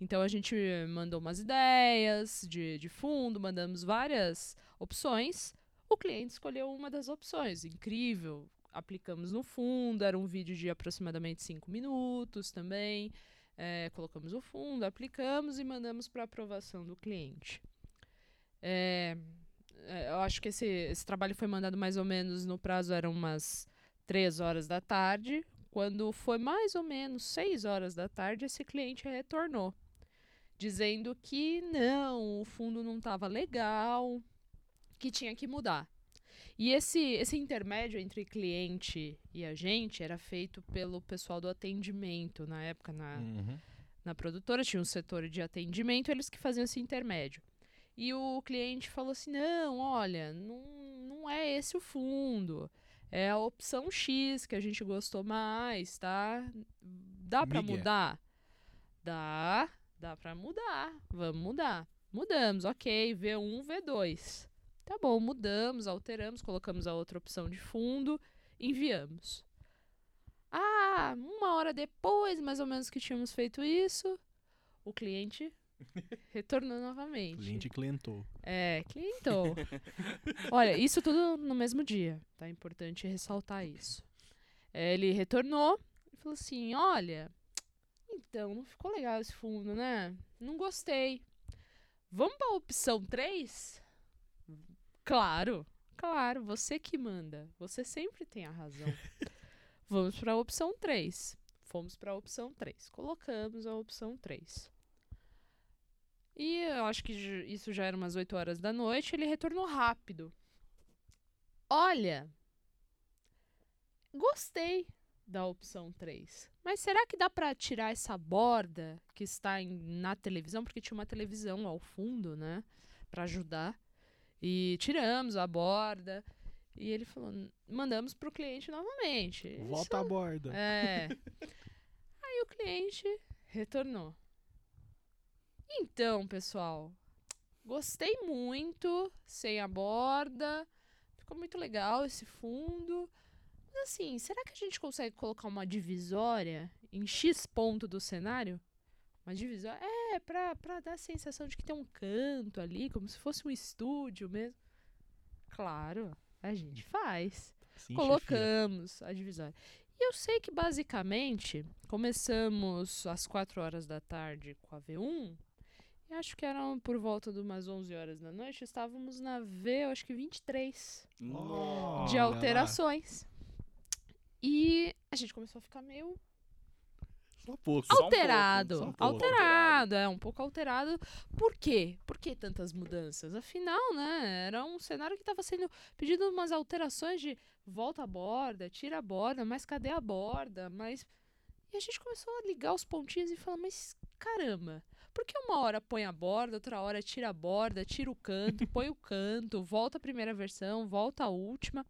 S4: Então a gente mandou umas ideias de, de fundo, mandamos várias opções. O cliente escolheu uma das opções. Incrível. Aplicamos no fundo, era um vídeo de aproximadamente 5 minutos também. É, colocamos o fundo, aplicamos e mandamos para aprovação do cliente. É, é, eu acho que esse, esse trabalho foi mandado mais ou menos no prazo, eram umas 3 horas da tarde. Quando foi mais ou menos 6 horas da tarde, esse cliente retornou, dizendo que não, o fundo não estava legal, que tinha que mudar. E esse, esse intermédio entre cliente e a gente era feito pelo pessoal do atendimento. Na época, na,
S5: Uhum.
S4: na produtora, tinha um setor de atendimento, eles que faziam esse intermédio. E o cliente falou assim: não, olha, não, não é esse o fundo. É a opção X que a gente gostou mais, tá? Dá pra
S5: Miguel.
S4: mudar? Dá, dá pra mudar. Vamos mudar. Mudamos, ok. V1, V2. Tá bom, mudamos, alteramos, colocamos a outra opção de fundo, enviamos. Ah, uma hora depois, mais ou menos que tínhamos feito isso, o cliente retornou novamente.
S5: Cliente clentou.
S4: É, clientou. Olha, isso tudo no mesmo dia, tá? É importante ressaltar isso. É, ele retornou e falou assim: Olha, então não ficou legal esse fundo, né? Não gostei. Vamos pra opção 3? Claro, claro, você que manda. Você sempre tem a razão. Vamos pra opção 3. Fomos pra opção 3. Colocamos a opção 3. E eu acho que ju- isso já era umas 8 horas da noite, ele retornou rápido. Olha, gostei da opção 3. Mas será que dá pra tirar essa borda que está em- na televisão? Porque tinha uma televisão ao fundo, né? Pra ajudar. E tiramos a borda. E ele falou: mandamos pro cliente novamente. Isso
S5: Volta à borda.
S4: é. Aí o cliente retornou. Então, pessoal, gostei muito, sem a borda, ficou muito legal esse fundo. Mas assim, será que a gente consegue colocar uma divisória em X ponto do cenário? Uma divisória? É, pra, pra dar a sensação de que tem um canto ali, como se fosse um estúdio mesmo. Claro, a gente faz
S5: Sim, chefia.
S4: colocamos a divisória. E eu sei que basicamente começamos às 4 horas da tarde com a V1. E acho que eram por volta de umas 11 horas da noite. Estávamos na V, eu acho que 23
S5: Olha
S4: de
S5: lá.
S4: alterações. E a gente começou a ficar meio
S5: Só pouco.
S6: Só um
S4: alterado.
S6: pouco, só um pouco.
S4: alterado, é, um pouco alterado. Por quê? Por que tantas mudanças? Afinal, né, era um cenário que estava sendo pedido umas alterações de volta a borda, tira a borda, mas cadê a borda? Mas... E a gente começou a ligar os pontinhos e falar, mas caramba, por que uma hora põe a borda, outra hora tira a borda, tira o canto, põe o canto, volta a primeira versão, volta a última?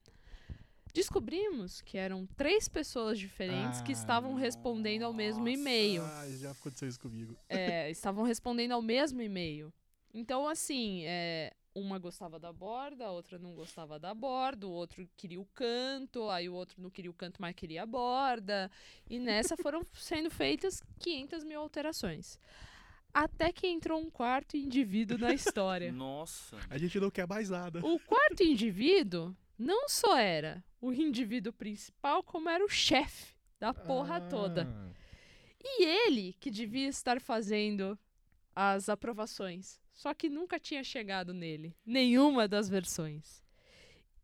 S4: Descobrimos que eram três pessoas diferentes que
S5: Ah,
S4: estavam respondendo ao mesmo
S5: nossa.
S4: e-mail.
S5: Ah, já aconteceu isso comigo.
S4: É, estavam respondendo ao mesmo e-mail. Então, assim, é, uma gostava da borda, a outra não gostava da borda, o outro queria o canto, aí o outro não queria o canto, mas queria a borda. E nessa foram sendo feitas 500 mil alterações. Até que entrou um quarto indivíduo na história.
S6: Nossa.
S5: A gente não quer mais nada.
S4: O quarto indivíduo não só era o indivíduo principal, como era o chefe da porra
S5: Ah.
S4: toda. E ele que devia estar fazendo as aprovações. Só que nunca tinha chegado nele. Nenhuma das versões.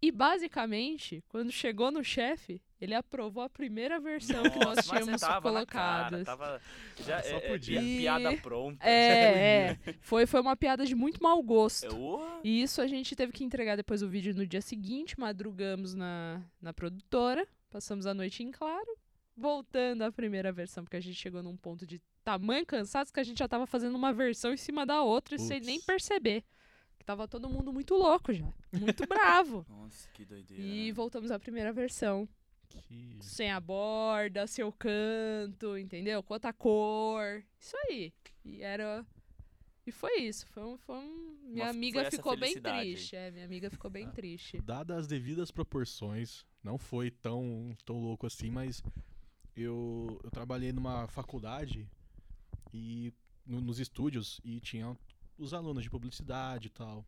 S4: E basicamente, quando chegou no chefe, ele aprovou a primeira versão que nós
S6: Nossa, mas
S4: tínhamos
S6: tava na
S4: colocado.
S6: cara, tava- já
S5: Só
S6: é- é
S5: podia.
S6: pi-
S4: E-
S6: piada pronta.
S4: É, é. Foi, foi uma piada de muito mau gosto.
S6: É, ô,
S4: E isso a gente teve que entregar depois o vídeo no dia seguinte, madrugamos na, na produtora, passamos a noite em claro, voltando à primeira versão, porque a gente chegou num ponto de tamanho cansados que a gente já tava fazendo uma versão em cima da outra e sem
S5: Putz.
S4: nem perceber. Que tava todo mundo muito louco já, muito bravo.
S6: Nossa, que doideira.
S4: E
S6: né?
S4: voltamos à primeira versão.
S5: Que-
S4: Sem a borda, seu canto, entendeu? Com outra cor. Isso aí. E era. E foi isso. Foi um. Foi um... Minha
S6: Nossa,
S4: amiga
S6: foi essa
S4: ficou bem
S6: felicidade aí.
S4: triste. É, minha amiga ficou bem
S5: Ah.
S4: triste.
S5: Dadas as devidas proporções, não foi tão, tão louco assim, mas eu, eu trabalhei numa faculdade e no- nos estúdios e tinha os alunos de publicidade e tal.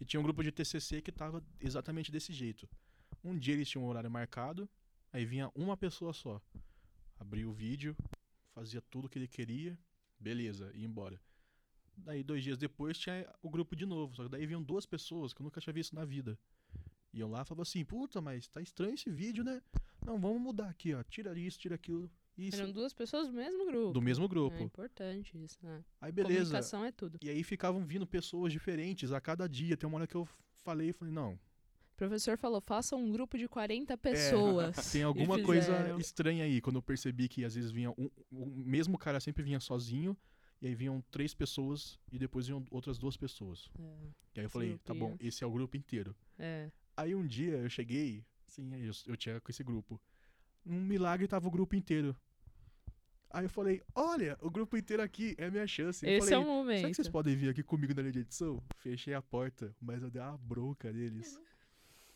S5: E tinha um grupo de TCC que tava exatamente desse jeito. Um dia eles tinham um horário marcado, aí vinha uma pessoa só. Abria o vídeo, fazia tudo o que ele queria, beleza, ia embora. Daí, dois dias depois, tinha o grupo de novo. Só que daí vinham duas pessoas que eu nunca tinha visto na vida. Iam lá e falavam assim, puta, mas tá estranho esse vídeo, né? Não, vamos mudar aqui, ó. Tira isso, tira aquilo. Isso.
S4: Eram duas pessoas do mesmo um grupo.
S5: Do mesmo
S4: É
S5: grupo.
S4: importante isso, né?
S5: Aí, beleza.
S4: Comunicação é tudo.
S5: E aí ficavam vindo pessoas diferentes a cada dia. Tem uma hora que eu falei, falei, não,
S4: professor falou, faça um grupo de 40 pessoas.
S5: É, Tem
S4: E
S5: alguma coisa
S4: fizeram.
S5: estranha aí, quando eu percebi que às vezes vinha um, o mesmo cara sempre vinha sozinho, e aí vinham três pessoas e depois vinham outras duas pessoas. E aí eu falei, tá bom,
S4: grupinhos.
S5: esse é o grupo inteiro.
S4: É.
S5: Aí um dia eu cheguei, sim, aí eu, eu tinha com esse grupo. Um milagre tava o grupo inteiro. Aí eu falei, olha, o grupo inteiro aqui é a minha chance. Eu
S4: Esse é
S5: falei,
S4: o
S5: Será que
S4: momento.
S5: vocês podem vir aqui comigo na linha de edição? Fechei a porta, mas eu dei uma bronca neles.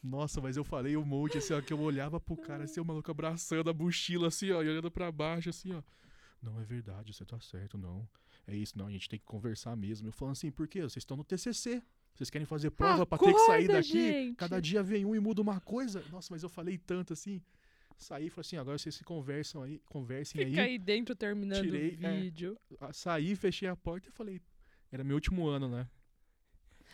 S5: Nossa, mas eu falei um monte, assim, ó, que eu olhava pro cara, assim, o maluco abraçando a mochila, assim, ó, e olhando pra baixo, assim, ó. Não, é verdade, você tá certo, não. É isso, não, a gente tem que conversar mesmo. Eu falando assim, por quê? Vocês estão no TCC. Vocês querem fazer prova pra ter que sair
S4: Acorda,
S5: daqui?
S4: gente!
S5: Cada dia vem um e muda uma coisa. Nossa, mas eu falei tanto, assim. Saí e falei assim, agora vocês se conversam aí, conversem
S4: Fica
S5: aí
S4: aí dentro terminando
S5: Tirei,
S4: o
S5: é.
S4: vídeo.
S5: a- saí, fechei a porta e falei. Era meu último ano, né?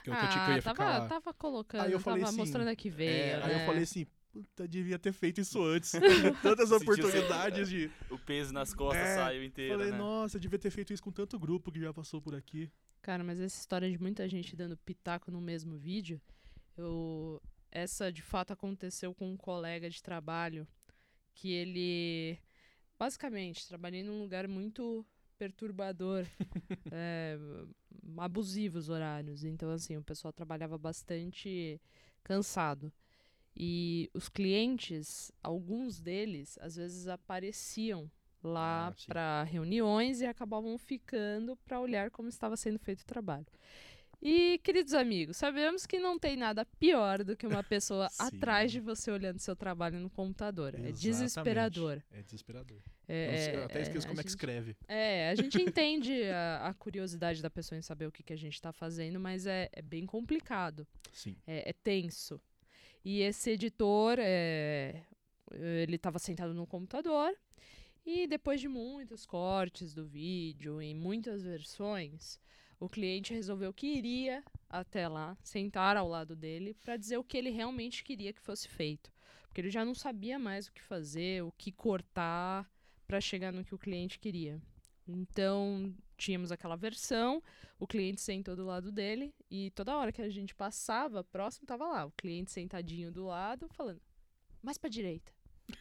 S5: Que eu, que eu tinha- que eu ia
S4: Ah, tava,
S5: ficar lá.
S4: tava colocando,
S5: Aí eu
S4: tava
S5: falei assim,
S4: mostrando a que veio,
S5: É, Aí eu
S4: tá né?
S5: falei assim, puta, devia ter feito isso antes. Tantas
S6: Sentiu-se-
S5: oportunidades de.
S6: O peso nas costas
S5: É,
S6: saiu inteiro,
S5: Falei,
S6: né?
S5: nossa, devia ter feito isso com tanto grupo que já passou por aqui.
S4: Cara, mas essa história de muita gente dando pitaco no mesmo vídeo, eu... essa de fato aconteceu com um colega de trabalho que ele. Basicamente, trabalhei num lugar muito perturbador, é, abusivo os horários. Então, assim, o pessoal trabalhava bastante cansado. E os clientes, alguns deles, às vezes apareciam lá
S5: Ah, sim.
S4: para reuniões e acabavam ficando para olhar como estava sendo feito o trabalho. E, queridos amigos, sabemos que não tem nada pior do que uma pessoa
S5: Sim.
S4: atrás de você olhando seu trabalho no computador. É desesperador.
S5: É desesperador.
S4: É,
S5: eu até esqueço
S4: a
S5: como é que
S4: gente-
S5: escreve.
S4: É, a gente entende a, a curiosidade da pessoa em saber o que, que a gente está fazendo, mas é, é bem complicado.
S5: Sim.
S4: É, é tenso. E esse editor, é, ele estava sentado no computador e depois de muitos cortes do vídeo e muitas versões, o cliente resolveu que iria até lá, sentar ao lado dele para dizer o que ele realmente queria que fosse feito, porque ele já não sabia mais o que fazer, o que cortar para chegar no que o cliente queria. Então, tínhamos aquela versão o cliente sentou do lado dele e toda hora que a gente passava próximo tava lá o cliente sentadinho do lado falando mais para direita,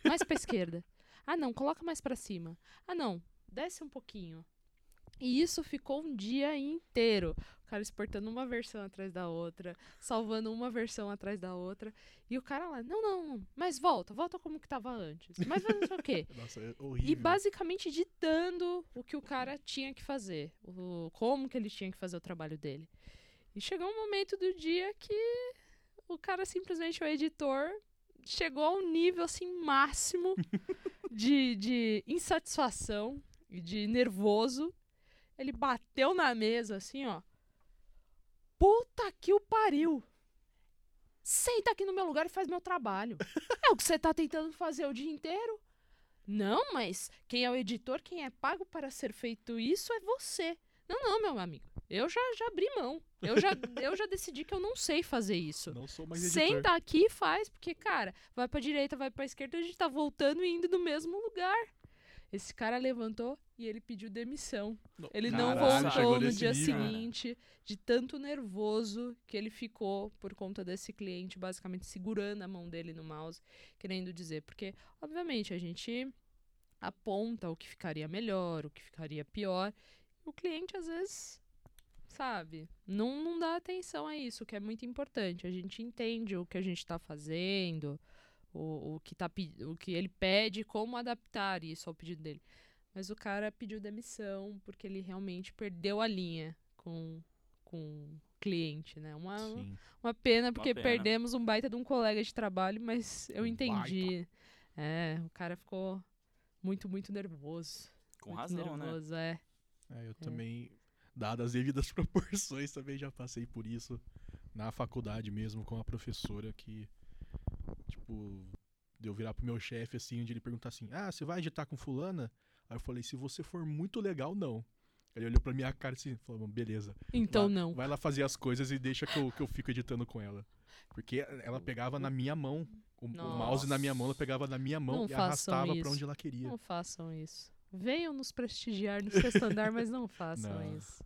S4: mais para esquerda. Ah não, coloca mais para cima. Ah não, desce um pouquinho. E isso ficou um dia inteiro. O cara exportando uma versão atrás da outra, salvando uma versão atrás da outra. E o cara lá, não, não, não, mas volta, volta como que tava antes. Mas não sei o quê.
S5: Nossa, é
S4: E
S5: horrível.
S4: basicamente ditando o que o cara tinha que fazer, o, como que ele tinha que fazer o trabalho dele. E chegou um momento do dia que o cara simplesmente, o editor, chegou a um nível assim máximo de, de insatisfação e de nervoso. Ele bateu na mesa assim, ó. Puta que o pariu! Senta aqui no meu lugar e faz meu trabalho. É o que você tá tentando fazer o dia inteiro? Não, mas quem é o editor, quem é pago para ser feito isso é você. Não, não, meu amigo. Eu já, já abri mão. Eu já, eu já decidi que eu não sei fazer isso.
S5: Não sou mais editor.
S4: Senta aqui e faz, porque, cara, vai pra direita, vai pra esquerda, a gente tá voltando e indo no mesmo lugar. Esse cara levantou e ele pediu demissão. Ele
S5: Caralho,
S4: não
S5: chegou
S4: voltou no
S5: nesse
S4: dia
S5: nível. né?
S4: seguinte, de tanto nervoso que ele ficou por conta desse cliente, basicamente segurando a mão dele no mouse, querendo dizer. Porque, obviamente, a gente aponta o que ficaria melhor, o que ficaria pior. O cliente, às vezes, sabe, não, não dá atenção a isso, que é muito importante. A gente entende o que a gente está fazendo, o, o, que tá, pe- o que ele pede, como adaptar isso ao pedido dele. Mas o cara pediu demissão porque ele realmente perdeu a linha com, com o cliente, né? Uma,
S5: Sim.
S4: uma pena, porque
S6: pena.
S4: perdemos um baita de um colega de trabalho, mas eu
S5: Um
S4: entendi. É, o cara ficou muito, muito nervoso.
S6: Com
S4: muito
S6: razão, né?
S4: nervoso, né?
S5: É, eu também, dadas as devidas proporções, também já passei por isso na faculdade mesmo, com a professora que, tipo, de eu virar pro meu chefe, assim, onde ele perguntar assim, ah, você vai editar com fulana? Aí eu falei, se você for muito legal, não. Ele olhou pra minha cara assim, falou, "Bom, beleza.
S4: É. Então
S5: vai,
S4: não.
S5: Vai lá fazer as coisas e deixa que eu, que eu fico editando com ela. Porque ela pegava na minha mão, o, o mouse na minha mão, ela pegava na minha mão
S4: Não
S5: e
S4: façam
S5: arrastava pra
S4: isso.
S5: onde ela queria.
S4: Não façam isso. Venham nos prestigiar no sexto andar, mas não façam
S5: Não.
S4: isso.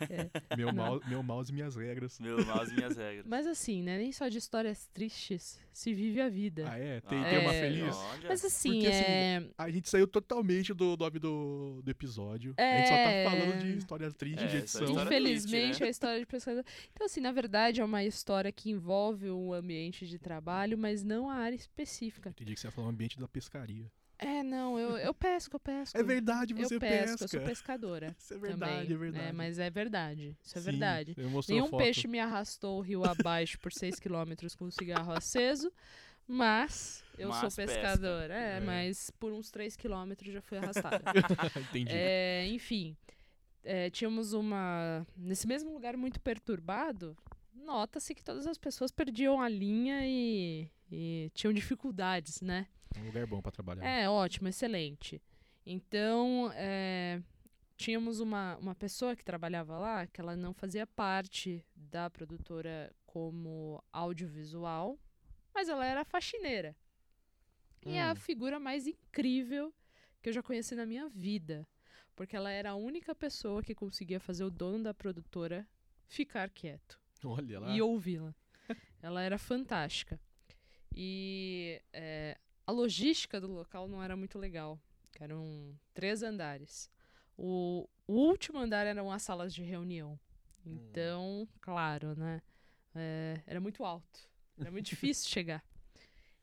S5: Meu,
S4: Não.
S5: mau- meu mouse e minhas regras.
S6: Meu mouse e minhas regras.
S4: Mas assim, né? Nem só de histórias tristes se vive a vida.
S5: Ah, é? Tem,
S6: Ah,
S5: tem uma
S4: é.
S5: feliz?
S6: olha.
S4: Mas assim,
S5: Porque, assim,
S4: é.
S5: A gente saiu totalmente do nome do, do episódio. A gente só
S4: É.
S5: tá falando de história triste,
S6: É,
S5: de
S6: essa
S5: edição.
S6: história-
S4: Infelizmente, é
S6: triste, né?
S4: a história de pescador. Então, assim, na verdade, é uma história que envolve um ambiente de trabalho, mas não a área específica.
S5: Entendi que você ia falar o ambiente da pescaria.
S4: É, não, eu, eu pesco, eu pesco.
S5: É verdade, você
S4: eu pesco,
S5: pesca.
S4: eu sou pescadora.
S5: Isso é verdade,
S4: também,
S5: é verdade.
S4: né? Mas é verdade, isso é
S5: Sim,
S4: verdade.
S5: Você mostrou
S4: Nenhum
S5: foto.
S4: peixe me arrastou o rio abaixo por 6 quilômetros com um cigarro aceso, mas eu
S6: Mas
S4: sou
S6: pesca.
S4: pescadora. É,
S5: É.
S4: mas por uns 3 quilômetros já fui arrastada.
S5: Entendi.
S4: É, enfim, é, tínhamos uma. Nesse mesmo lugar muito perturbado, nota-se que todas as pessoas perdiam a linha e, e tinham dificuldades, né?
S5: É um lugar bom pra trabalhar.
S4: É, ótimo, excelente. Então, é, tínhamos uma, uma pessoa que trabalhava lá que ela não fazia parte da produtora como audiovisual, mas ela era faxineira. E é a
S5: Hum.
S4: figura mais incrível que eu já conheci na minha vida. Porque ela era a única pessoa que conseguia fazer o dono da produtora ficar quieto
S5: Olha lá.
S4: e ouvi-la. Ela era fantástica. E é, a logística do local não era muito legal. que Eram três andares. O, o último andar eram as salas de reunião.
S5: Hum.
S4: Então, claro, né? é, era muito alto. Era muito difícil chegar.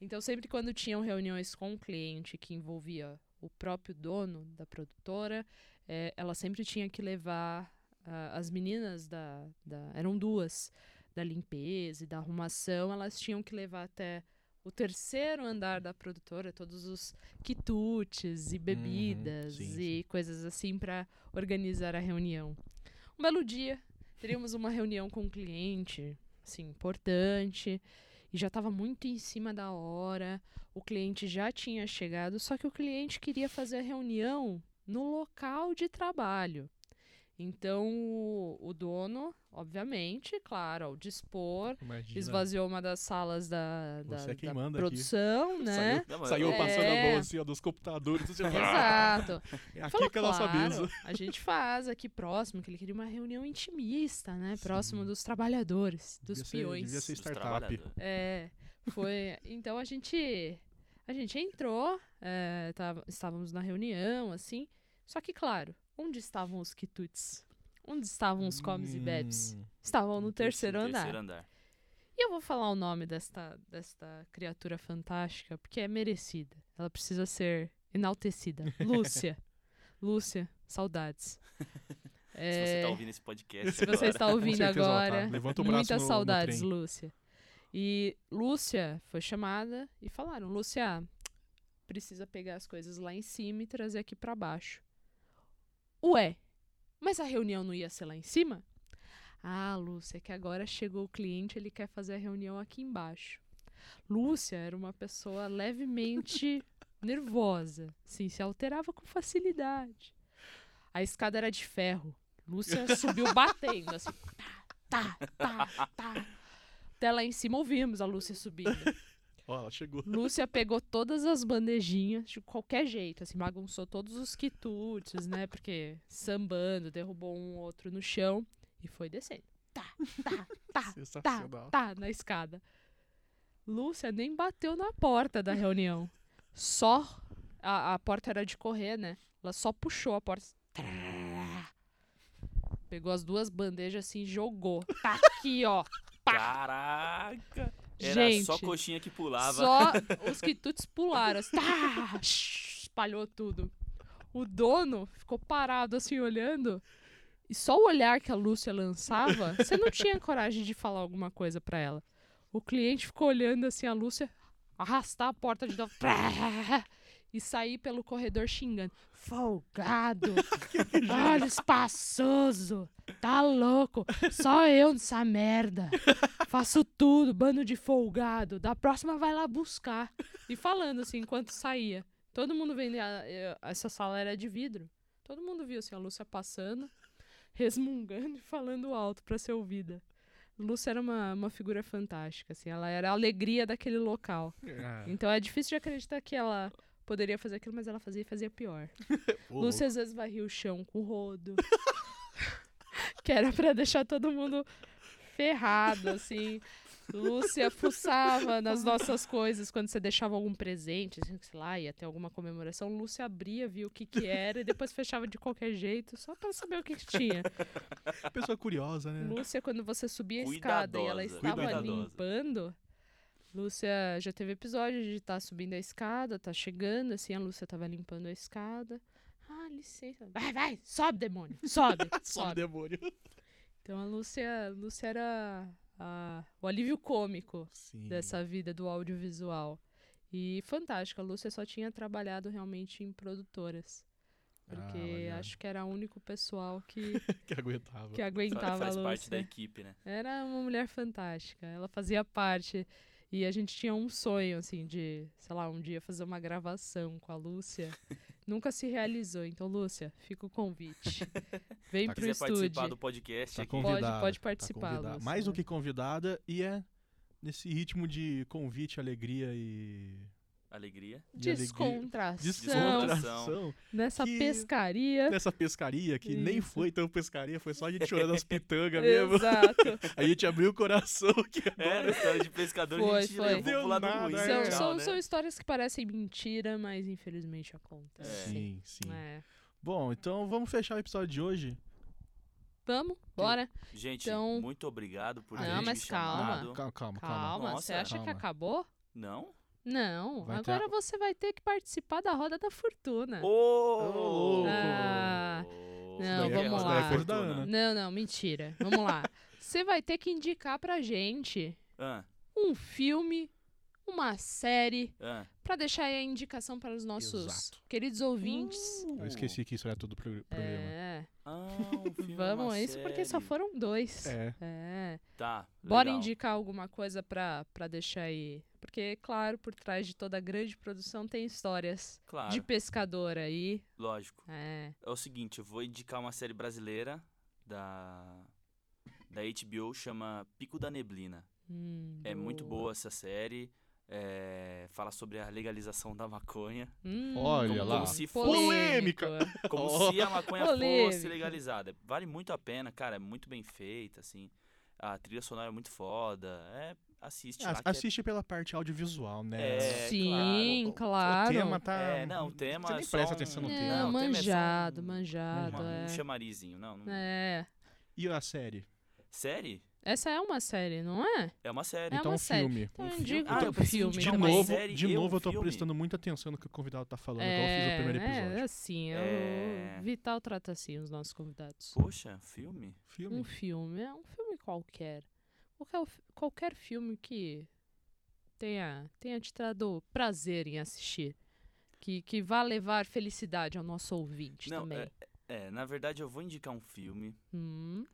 S4: Então, sempre quando tinham reuniões com o cliente que envolvia o próprio dono da produtora, é, ela sempre tinha que levar ah, as meninas da- da. Eram duas da limpeza e da arrumação, elas tinham que levar até o terceiro andar da produtora todos os quitutes e bebidas
S5: Uhum, sim,
S4: e coisas assim para organizar a reunião. Um belo dia, teríamos uma reunião com um cliente, assim, importante, e já estava muito em cima da hora, o cliente já tinha chegado, só que o cliente queria fazer a reunião no local de trabalho. Então, o, o dono, obviamente, claro, ao dispor,
S5: Imagina.
S4: esvaziou uma das salas da, da,
S5: Você é quem
S4: da
S5: manda aqui.
S4: produção, né?
S6: Não,
S5: Saiu,
S6: mas-
S5: saiu
S4: É.
S5: passando a mão assim, ó, dos computadores. Você
S4: Exato.
S5: É aqui
S4: Falou,
S5: que é a nossa
S4: claro,
S5: mesa.
S4: a gente faz aqui próximo, que ele queria uma reunião intimista, né?
S5: Sim.
S4: Próximo dos trabalhadores, dos
S5: Devia ser-
S4: peões.
S5: devia ser
S6: dos
S5: startup.
S6: trabalhadores.
S4: É, foi. Então a gente a gente entrou, é, tava- estávamos na reunião, assim. Só que, claro, onde estavam os quitutes? Onde estavam os comes e bebes?
S5: Hum,
S4: Estavam no
S5: no
S4: terceiro andar.
S6: Terceiro andar.
S4: E eu vou falar o nome desta, desta criatura fantástica, porque é merecida. Ela precisa ser enaltecida. Lúcia. Lúcia, saudades.
S6: Se você
S4: É,
S6: tá ouvindo esse podcast
S4: se você
S6: agora,
S4: está
S5: Com
S4: ouvindo
S5: certeza ela tá.
S4: agora,
S5: Levanta o braço
S4: muitas
S5: no- no
S4: saudades,
S5: trem.
S4: Lúcia. E Lúcia foi chamada e falaram: Lúcia, precisa pegar as coisas lá em cima e trazer aqui pra baixo. Ué, mas a reunião não ia ser lá em cima? Ah, Lúcia, que agora chegou o cliente, ele quer fazer a reunião aqui embaixo. Lúcia era uma pessoa levemente nervosa, sim, se alterava com facilidade. A escada era de ferro. Lúcia subiu batendo, assim, tá, tá, tá, tá. Até lá em cima ouvimos a Lúcia subindo.
S5: Ó, ela chegou.
S4: Lúcia pegou todas as bandejinhas de qualquer jeito, assim, bagunçou todos os quitutes, né? Porque sambando, derrubou um outro no chão e foi descendo. Tá, tá, tá, tá,
S5: Sensacional.
S4: tá, na escada. Lúcia nem bateu na porta da reunião. Só. A, a porta era de correr, né? Ela só puxou a porta. Trrr. Pegou as duas bandejas assim e jogou. Tá aqui, ó. Pá.
S6: Caraca! Era
S4: Gente,
S6: só coxinha que pulava.
S4: Só os quitutes pularam. assim, tá, shh, espalhou tudo. O dono ficou parado assim, olhando. E só o olhar que a Lúcia lançava, você não tinha coragem de falar alguma coisa pra ela. O cliente ficou olhando assim, a Lúcia arrastar a porta de novo. prá, E sair pelo corredor xingando. Folgado! Olha, espaçoso! Tá louco! Só eu nessa merda! Faço tudo, bando de folgado. Da próxima vai lá buscar. E falando assim, enquanto saía. Todo mundo vendo. a- eh, Essa sala era de vidro. Todo mundo viu assim, a Lúcia passando, resmungando e falando alto pra ser ouvida. Lúcia era uma, uma figura fantástica, assim, ela era a alegria daquele local.
S5: Ah,
S4: Então é difícil de acreditar que ela poderia fazer aquilo, mas ela fazia e fazia pior.
S5: ô,
S4: Lúcia às vezes varria o chão com o rodo. que era pra deixar todo mundo ferrado, assim. Lúcia fuçava nas nossas coisas quando você deixava algum presente, assim, sei lá, ia ter alguma comemoração. Lúcia abria, via o que que era e depois fechava de qualquer jeito, só pra saber o que que tinha.
S5: Pessoa curiosa, né?
S4: Lúcia, quando você subia a escada e ela
S6: Cuidadosa.
S4: estava
S6: Cuidadosa.
S4: limpando, Lúcia já teve episódio de estar subindo a escada, tá chegando, assim, a Lúcia tava limpando a escada. Ah, licença. Vai, vai, sobe, demônio, sobe,
S5: Sobe o
S4: sobe.
S5: demônio.
S4: Então a Lúcia, Lúcia era a- o alívio cômico
S5: Sim.
S4: dessa vida do audiovisual. E fantástica, a Lúcia só tinha trabalhado realmente em produtoras.
S5: Ah,
S4: Porque
S5: olha.
S4: acho que era o único pessoal que,
S5: Que aguentava.
S4: que aguentava
S6: faz
S4: a
S6: parte
S4: Lúcia.
S6: da equipe, né?
S4: Era uma mulher fantástica. Ela fazia parte. E a gente tinha um sonho, assim, de, sei lá, um dia fazer uma gravação com a Lúcia. Nunca se realizou. Então, Lúcia, fica o convite. Vem
S5: Tá,
S6: Se
S4: pro
S6: quiser participar
S4: estúdio.
S6: do podcast
S5: Tá
S6: aqui,
S4: convidado.
S5: convidada,
S4: pode né?
S5: tá
S4: participar,
S5: convidada.
S4: Lúcia.
S5: Mais do que convidada, e é nesse ritmo de convite, alegria e.
S6: alegria.
S5: de alegria-
S4: Descontração.
S6: Descontra-
S5: Descontração.
S4: Nessa
S5: Que-
S4: pescaria.
S5: Nessa pescaria que nem
S4: Isso.
S5: foi tão pescaria, foi só a gente chorando as pitangas mesmo.
S4: Exato.
S5: A gente abriu o coração aqui
S6: É,
S5: agora.
S6: na história de pescador,
S4: né? Foi,
S6: a gente
S4: foi.
S6: levou
S5: Deu
S6: pro lado
S5: nada,
S6: ruim.
S5: é.
S4: são,
S6: tchau,
S4: são,
S6: né?
S4: são histórias que parecem mentira, mas infelizmente acontecem.
S5: Sim, sim.
S4: É.
S5: Bom, então vamos fechar o episódio de hoje.
S4: Vamos? Bora?
S6: Gente,
S4: Então-
S6: muito obrigado por
S5: Ah,
S6: terem
S4: mas
S6: me
S4: calma.
S6: chamado.
S5: Calma, calma, calma.
S4: Calma,
S6: Nossa,
S4: você acha que
S5: calma.
S4: acabou?
S6: Não?
S4: Não,
S5: Vai ter
S4: agora você vai ter que participar da roda da fortuna.
S6: Ô!
S5: louco.
S4: Ah,
S6: Ô,
S4: não,
S6: isso daí é
S4: vamos
S6: roda da
S4: lá.
S5: Coisa da
S6: fortuna.
S5: Ana.
S4: Não, não, mentira. Vamos lá. Você vai ter que indicar pra gente
S6: Ah,
S4: um filme, uma série,
S6: ah.
S4: pra deixar aí a indicação para os nossos
S5: Exato.
S4: queridos ouvintes.
S5: Eu esqueci que isso era todo o pro- programa.
S4: É,
S6: Ah, um filme,
S4: vamos
S6: Uh, uma
S4: a isso porque só
S6: série.
S4: foram dois.
S5: É.
S4: É.
S6: Tá.
S4: Bora
S6: legal.
S4: indicar alguma coisa pra, pra deixar aí. Porque, claro, por trás de toda grande produção tem histórias
S6: Claro,
S4: de pescador aí.
S6: lógico.
S4: É.
S6: É o seguinte, eu vou indicar uma série brasileira da da HBO, chama Pico da Neblina.
S4: Hum,
S6: É muito boa essa série. é, fala sobre a legalização da maconha.
S4: Hum,
S5: Olha
S6: Como lá. se fosse-
S4: polêmico. é.
S6: Como
S5: Oh.
S6: se a maconha fosse
S4: Polêmica.
S6: legalizada. Vale muito a pena, cara. É muito bem feita, assim. A trilha sonora é muito foda. É, assiste lá.
S5: As-
S6: que é-
S5: Assiste pela parte audiovisual, né?
S6: É,
S4: Sim,
S5: O
S4: claro.
S5: tema tá.
S6: É, não, o tema
S5: Você
S6: é
S5: nem
S6: só
S5: presta
S6: um-
S5: atenção no
S4: Não,
S5: tema.
S6: Não, o tema é só
S4: manjado,
S6: um-
S4: manjado.
S6: uma- um
S4: é.
S6: chamarizinho, não. não-
S4: É.
S5: E a série?
S6: Série?
S4: Essa é uma série, não é?
S6: É uma série.
S4: É
S5: então,
S4: uma
S5: um
S4: série.
S5: filme.
S4: Então
S6: Um
S4: eu
S6: filme.
S4: digo
S6: Ah, eu pensei
S4: filme.
S6: que
S5: De
S6: tinha uma
S4: também.
S5: novo,
S6: série
S5: de
S6: e um
S5: novo eu tô
S6: filme.
S5: prestando muita atenção no que o convidado tá falando, igual eu fiz
S4: É,
S5: no primeiro
S4: é
S5: episódio.
S4: assim, eu-
S6: É.
S4: o Vital trata assim os nossos convidados.
S6: Poxa, filme?
S5: Filme.
S4: Um filme, é um filme qualquer. Qualquer, qualquer filme que tenha, tenha te dado prazer em assistir. Que, que vá levar felicidade ao nosso ouvinte
S6: Não,
S4: também.
S6: É, na verdade eu vou indicar um filme,
S4: Hum,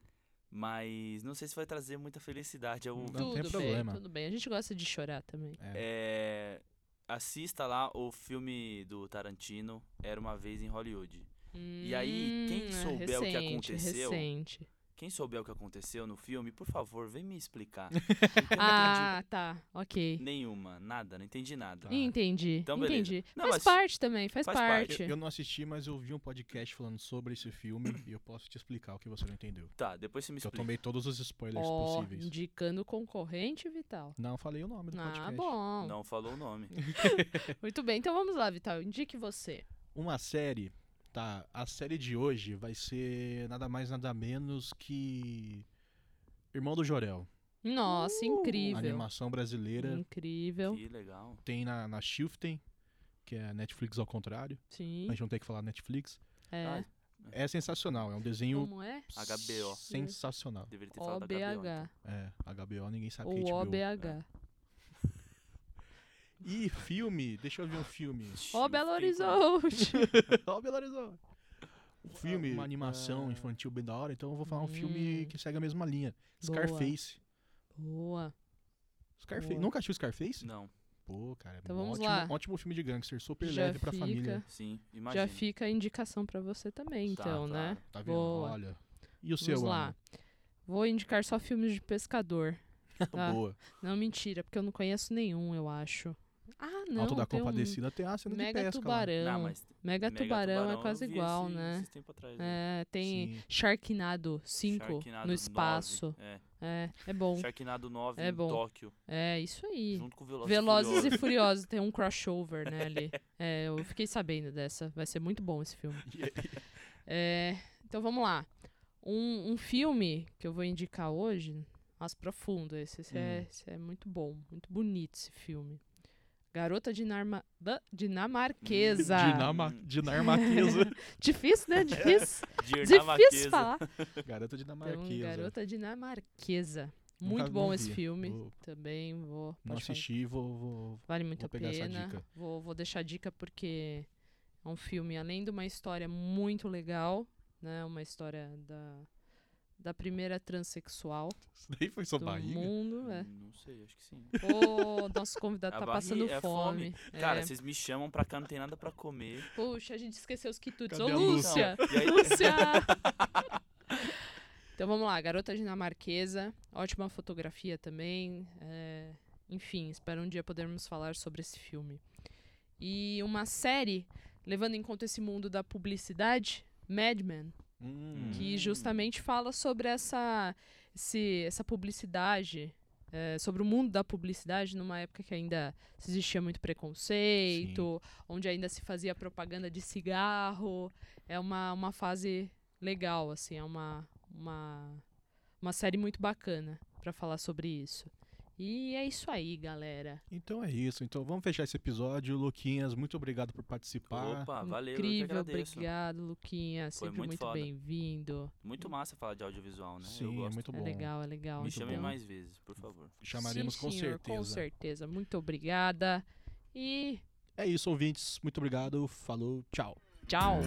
S6: mas não sei se vai trazer muita felicidade ao
S5: Não
S6: ouvinte.
S5: tem
S4: Hum, tudo bem,
S5: problema.
S4: tudo bem. A gente gosta de chorar também.
S6: É, assista lá o filme do Tarantino, Era Uma Vez em Hollywood. E aí, quem
S4: Hum, é
S6: souber o que
S4: recente,
S6: aconteceu-
S4: Recente.
S6: Quem souber o que aconteceu no filme, por favor, vem me explicar.
S4: Ah, tá. Ok.
S6: Nenhuma, nada, não entendi nada.
S5: Tá.
S4: Entendi.
S6: Então, beleza.
S4: entendi.
S6: Não,
S4: faz
S6: mas-
S4: parte também, faz,
S6: faz parte.
S4: parte.
S5: Eu, eu não assisti, mas eu vi um podcast falando sobre esse filme e eu posso te explicar o que você não entendeu.
S6: Tá, depois você me
S5: Porque eu
S6: explica.
S5: tomei todos os spoilers
S4: Ó,
S5: possíveis.
S4: indicando concorrente, Vital.
S5: Não falei o nome do
S4: Ah,
S5: podcast.
S4: bom.
S6: Não falou o nome.
S4: Muito bem, então vamos lá, Vital. Indique você.
S5: Uma série, tá? A série de hoje vai ser nada mais nada menos que Irmão do Jorel.
S4: Nossa,
S6: Uh,
S4: incrível.
S5: Animação brasileira.
S4: Incrível.
S6: Que legal.
S5: Tem na, na Shiften, que é Netflix ao contrário.
S4: Sim.
S5: A gente não tem que falar Netflix.
S4: É.
S6: Ah,
S5: É sensacional, é um desenho
S4: Como é?
S6: HBO.
S5: sensacional.
S6: deveria ter falado da HBO. então. Ah,
S4: OBH.
S5: É, HBO ninguém sabe que é
S4: Ou
S5: HBO.
S4: OBH.
S5: E filme, deixa eu ver um filme.
S4: Ó,
S6: Chuftem,
S4: Belo
S6: cara.
S4: Horizonte.
S5: Ó, Belo Horizonte. Um filme, uma animação infantil bem da hora, então eu vou falar um filme
S4: Hum.
S5: que segue a mesma linha.
S4: Boa.
S5: Scarface.
S4: Boa.
S5: Scarface.
S4: Boa.
S5: Nunca assistiu Scarface?
S6: Não,
S5: Pô, cara,
S4: Então
S5: um
S4: vamos
S5: ótimo,
S4: lá.
S5: ótimo filme de gangster, super
S4: Já
S5: leve pra
S4: fica-
S5: família.
S6: sim,
S4: Já
S6: imagina.
S4: fica a indicação pra você também,
S6: Tá,
S4: então, né?
S6: claro.
S5: Tá vendo?
S4: Boa.
S5: Olha. E o seu,
S4: Vamos lá.
S5: Ana?
S4: Vou indicar só filmes de pescador. tá?
S5: Boa.
S4: Não, mentira, porque eu não conheço nenhum, eu acho. Ah, não.
S5: Alto da
S4: tem um
S5: Compadecida tem a cena
S4: Mega
S5: de pesca lá.
S4: tubarão.
S6: Não, mas
S4: Mega,
S6: Mega
S4: tubarão, é
S6: Tubarão
S4: quase
S6: eu vi assim,
S4: igual,
S6: esse-
S4: né?
S6: Esses tempos atrás, né?
S4: É, tem
S5: Sim.
S4: Sharknado 5
S6: Sharknado
S4: no
S6: 9,
S4: espaço.
S6: É.
S4: É, é bom.
S6: Sharknado 9
S4: É
S6: em
S4: bom.
S6: Tóquio,
S4: É, isso aí.
S6: junto com Velozes,
S4: Velozes
S6: Furiosos.
S4: e Furiosos, tem um crossover, né, ali. É, eu fiquei sabendo dessa. Vai ser muito bom esse filme. É, então vamos lá. Um, um filme que eu vou indicar hoje, As Profundo, esse, esse é,
S5: Hum.
S4: esse é muito bom, muito bonito esse filme. Garota Dinarma, da- Dinamarquesa.
S5: Dinama, dinamarquesa.
S4: Difícil, né? Difícil. Difícil
S6: Dinamarquesa.
S4: falar.
S5: Garota dinamarquesa.
S4: Então, Garota Dinamarquesa.
S5: Nunca-
S4: Muito bom
S5: não
S4: esse
S5: vi.
S4: filme.
S5: Vou-
S4: Também vou. pode
S5: Não
S4: falar.
S5: assisti, vou, vou-
S4: Vale muito
S5: Vou
S4: a
S5: pegar essa
S4: pena.
S5: dica.
S4: Vou, vou deixar a dica porque é um filme, além de uma história muito legal, né? Uma história da, da primeira transexual
S5: Isso daí foi sua
S4: do
S5: barriga.
S4: mundo. É.
S6: Hum, Não sei, acho que sim.
S4: O nosso convidado
S6: A
S4: tá passando
S6: barriga é
S4: fome.
S6: fome.
S4: É.
S6: Cara, vocês me chamam pra cá, não tem nada pra comer.
S4: Puxa, a gente esqueceu os quitutes. Ô,
S5: Cadê a
S4: Lúcia!
S5: Lúcia?
S6: E aí,
S4: Lúcia! então vamos lá, garota dinamarquesa, ótima fotografia também. é, enfim, espero um dia podermos falar sobre esse filme. E uma série, levando em conta esse mundo da publicidade, Mad Men,
S5: Hum.
S4: que
S6: Hum.
S4: justamente fala sobre essa, esse- essa publicidade. é, sobre o mundo da publicidade numa época que ainda se existia muito preconceito, onde ainda se fazia propaganda de cigarro. É uma, uma fase legal, assim, é uma, uma, uma série muito bacana pra falar sobre isso. E é isso aí, galera.
S5: Então é isso. Então vamos fechar esse episódio. Luquinhas, muito obrigado por participar.
S6: Opa, Ah, valeu, eu que
S4: Incrível,
S6: agradeço.
S4: obrigado, Luquinha.
S6: Foi
S4: Sempre
S6: muito
S4: muito,
S6: foda.
S4: bem-vindo.
S6: Muito massa falar de audiovisual, né? Eu
S5: Sim, é
S6: gosto.
S5: muito
S4: É
S5: bom.
S4: legal, é legal.
S6: Me
S5: muito
S6: chamem
S5: bom.
S6: mais vezes, por favor.
S5: Chamaremos
S4: Sim,
S5: com
S4: senhor,
S5: certeza.
S4: Com certeza. Muito obrigada. E
S5: É isso, ouvintes. Muito obrigado. Falou, tchau.
S4: tchau.